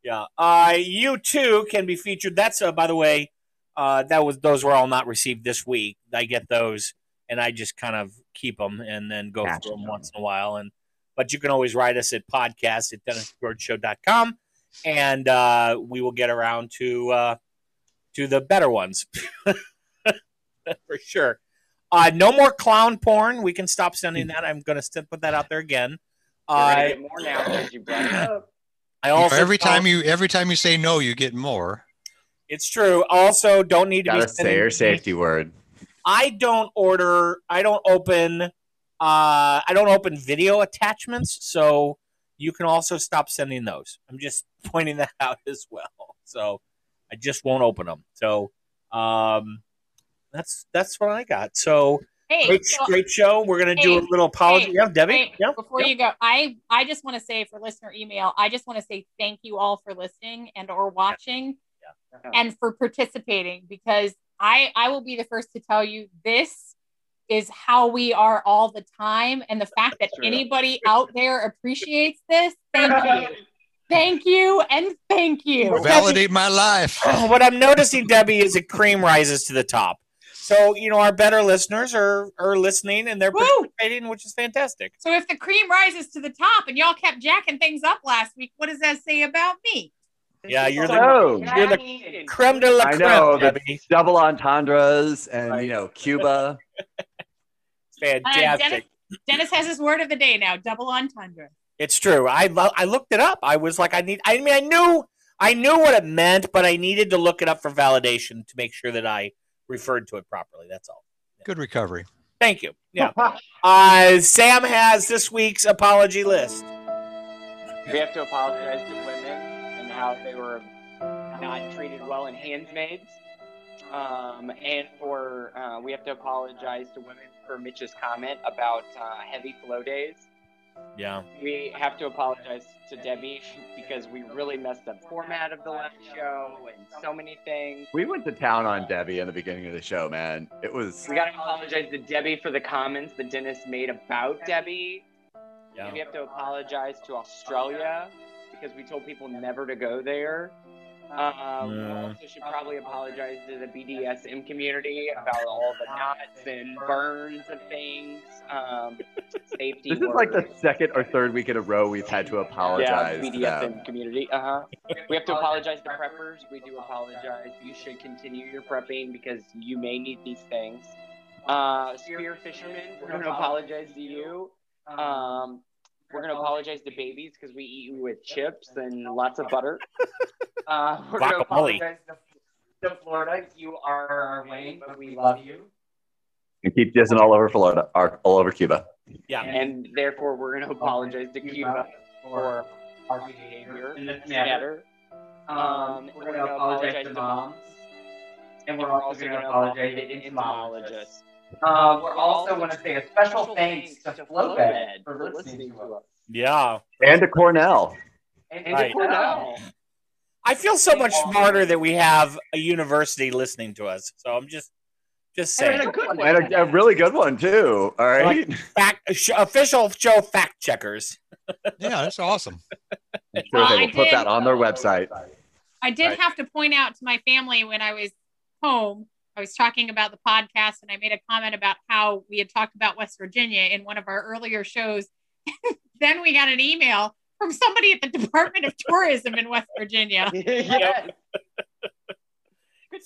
Speaker 1: Yeah. Uh, you too can be featured. That's uh, by the way. Uh, that was those were all not received this week. I get those, and I just kind of keep them and then go
Speaker 3: Gotcha.
Speaker 1: through them once in a while. And but you can always write us at podcast at dennisgeorgeshow.com, and uh, we will get around to uh, to the better ones for sure. Uh, no more clown porn. We can stop sending that. I'm going to put that out there again.
Speaker 6: You're gonna
Speaker 1: Uh,
Speaker 6: get more now because you brought it up.
Speaker 1: I
Speaker 5: You know,
Speaker 1: also uh,
Speaker 5: every time
Speaker 1: don't-
Speaker 5: you every time you say no, you get more.
Speaker 1: it's true. Also, don't need to be
Speaker 3: Gotta say
Speaker 1: sending-
Speaker 3: your safety word.
Speaker 1: I don't order. I don't open. Uh, I don't open video attachments. So you can also stop sending those. I'm just pointing that out as well. So I just won't open them. So um, that's that's what I got. So
Speaker 4: Hey,
Speaker 1: great,
Speaker 4: so-
Speaker 1: great show. We're gonna do a
Speaker 4: Hey,
Speaker 1: little apology.
Speaker 4: hey,
Speaker 1: yeah, Debbie.
Speaker 4: Wait,
Speaker 1: yeah.
Speaker 4: before
Speaker 1: yeah.
Speaker 4: you go, I I just want to say for listener email, I just want to say thank you all for listening and or watching,
Speaker 6: Yeah.
Speaker 4: and for participating because I I will be the first to tell you this is how we are all the time, and the fact that
Speaker 6: True.
Speaker 4: anybody out there appreciates this, thank you, thank you, and thank you.
Speaker 5: Validate my life.
Speaker 1: Oh, what I'm noticing, Debbie, is that cream rises to the top. So you know our better listeners are are listening and they're
Speaker 4: Woo!
Speaker 1: participating, which is fantastic.
Speaker 4: So if the cream rises to the top and y'all kept jacking things up last week, what does that say about me?
Speaker 1: Yeah, you're the
Speaker 6: Oh,
Speaker 3: So
Speaker 1: you're the creme de la
Speaker 3: I
Speaker 1: creme,
Speaker 3: know the
Speaker 1: Debbie.
Speaker 3: double entendres and you know Cuba.
Speaker 4: Uh,
Speaker 1: Fantastic.
Speaker 4: Dennis, Dennis has his word of the day now: double entendre.
Speaker 1: it's true. I lo- I looked it up. I was like, I need. I mean, I knew I knew what it meant, but I needed to look it up for validation to make sure that I referred to it properly. That's all.
Speaker 5: Good recovery.
Speaker 1: Thank you. Yeah. uh, Sam has this week's apology list.
Speaker 6: We have to apologize to women and how they were not treated well in Handmaids. Um, and for, uh, we have to apologize to women for Mitch's comment about uh, heavy flow days.
Speaker 1: Yeah.
Speaker 6: We have to apologize to Debbie because we really messed up format of the last show and so many things.
Speaker 3: We went to town on Debbie in the beginning of the show, man. It was
Speaker 6: We gotta apologize to Debbie for the comments that Dennis made about Debbie.
Speaker 1: Yeah.
Speaker 6: We have to apologize to Australia because we told people never to go there. Uh, We
Speaker 1: Yeah.
Speaker 6: also should probably apologize to the BDSM community about all the knots and burns and things. Um, safety.
Speaker 3: this is like the
Speaker 6: words.
Speaker 3: second or third week in a row we've had to
Speaker 6: yeah,
Speaker 3: apologize to them.
Speaker 6: BDSM community. Uh huh. We have to apologize to preppers. We do apologize. You should continue your prepping because you may need these things. Uh, spear fishermen, we're gonna apologize to you. Um, we're gonna apologize to babies because we eat you with chips and lots of butter. Uh, we're gonna
Speaker 1: Guacamole.
Speaker 6: apologize to, to Florida. You are our way, but we love you.
Speaker 3: And keep jizzing all over Florida, or all over Cuba.
Speaker 1: Yeah.
Speaker 6: And therefore, we're gonna apologize to Cuba for our behavior in this matter. Um, we're going to apologize to moms. And we're also going to apologize to entomologists.
Speaker 15: Uh, we also want to say a special thanks to Flowbed for listening to us.
Speaker 1: Yeah.
Speaker 3: And to Cornell.
Speaker 15: And
Speaker 1: Right.
Speaker 15: to Cornell.
Speaker 1: I feel so much smarter that we have a university listening to us. So I'm just just saying.
Speaker 3: And a, a really good one too. All right.
Speaker 1: Like fact, uh, sh- official show fact checkers.
Speaker 5: yeah, that's awesome.
Speaker 3: I'm sure
Speaker 4: Well,
Speaker 3: they
Speaker 4: I
Speaker 3: will put
Speaker 4: did-
Speaker 3: that on their website.
Speaker 4: I did
Speaker 3: Right.
Speaker 4: have to point out to my family when I was home, I was talking about the podcast and I made a comment about how we had talked about West Virginia in one of our earlier shows. then we got an email from somebody at the Department of Tourism in West Virginia.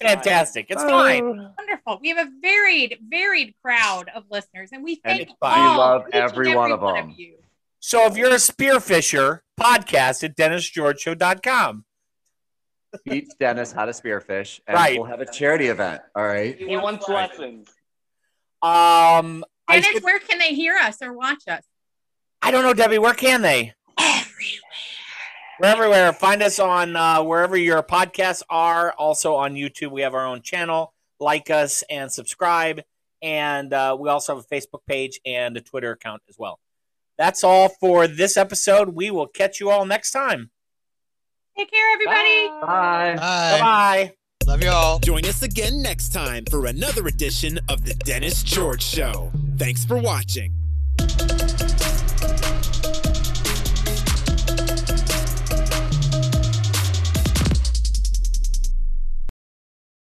Speaker 6: Yep.
Speaker 1: Fantastic. It's fine.
Speaker 4: Wonderful. We have a varied, varied crowd of listeners, and we
Speaker 3: And
Speaker 4: thank
Speaker 3: we
Speaker 4: all.
Speaker 3: love
Speaker 4: each and
Speaker 3: every one of them.
Speaker 1: So if you're a spearfisher, podcast at DennisGeorgeShow.com.
Speaker 3: Teach Dennis how to spearfish, and
Speaker 1: Right.
Speaker 3: we'll have a charity event. All right.
Speaker 6: He wants lessons.
Speaker 1: Um, I,
Speaker 4: Dennis,
Speaker 1: should,
Speaker 4: where can they hear us or watch us?
Speaker 1: I don't know, Debbie. Where can they? Everywhere. We're everywhere. Find us on uh, wherever your podcasts are. Also on YouTube, we have our own channel. Like us and subscribe. And uh, we also have a Facebook page and a Twitter account as well. That's all for this episode. We will catch you all next time.
Speaker 4: Take care, everybody.
Speaker 3: Bye.
Speaker 5: Bye.
Speaker 1: Bye.
Speaker 5: Love y'all.
Speaker 2: Join us again next time for another edition of The Dennis George Show. Thanks for watching.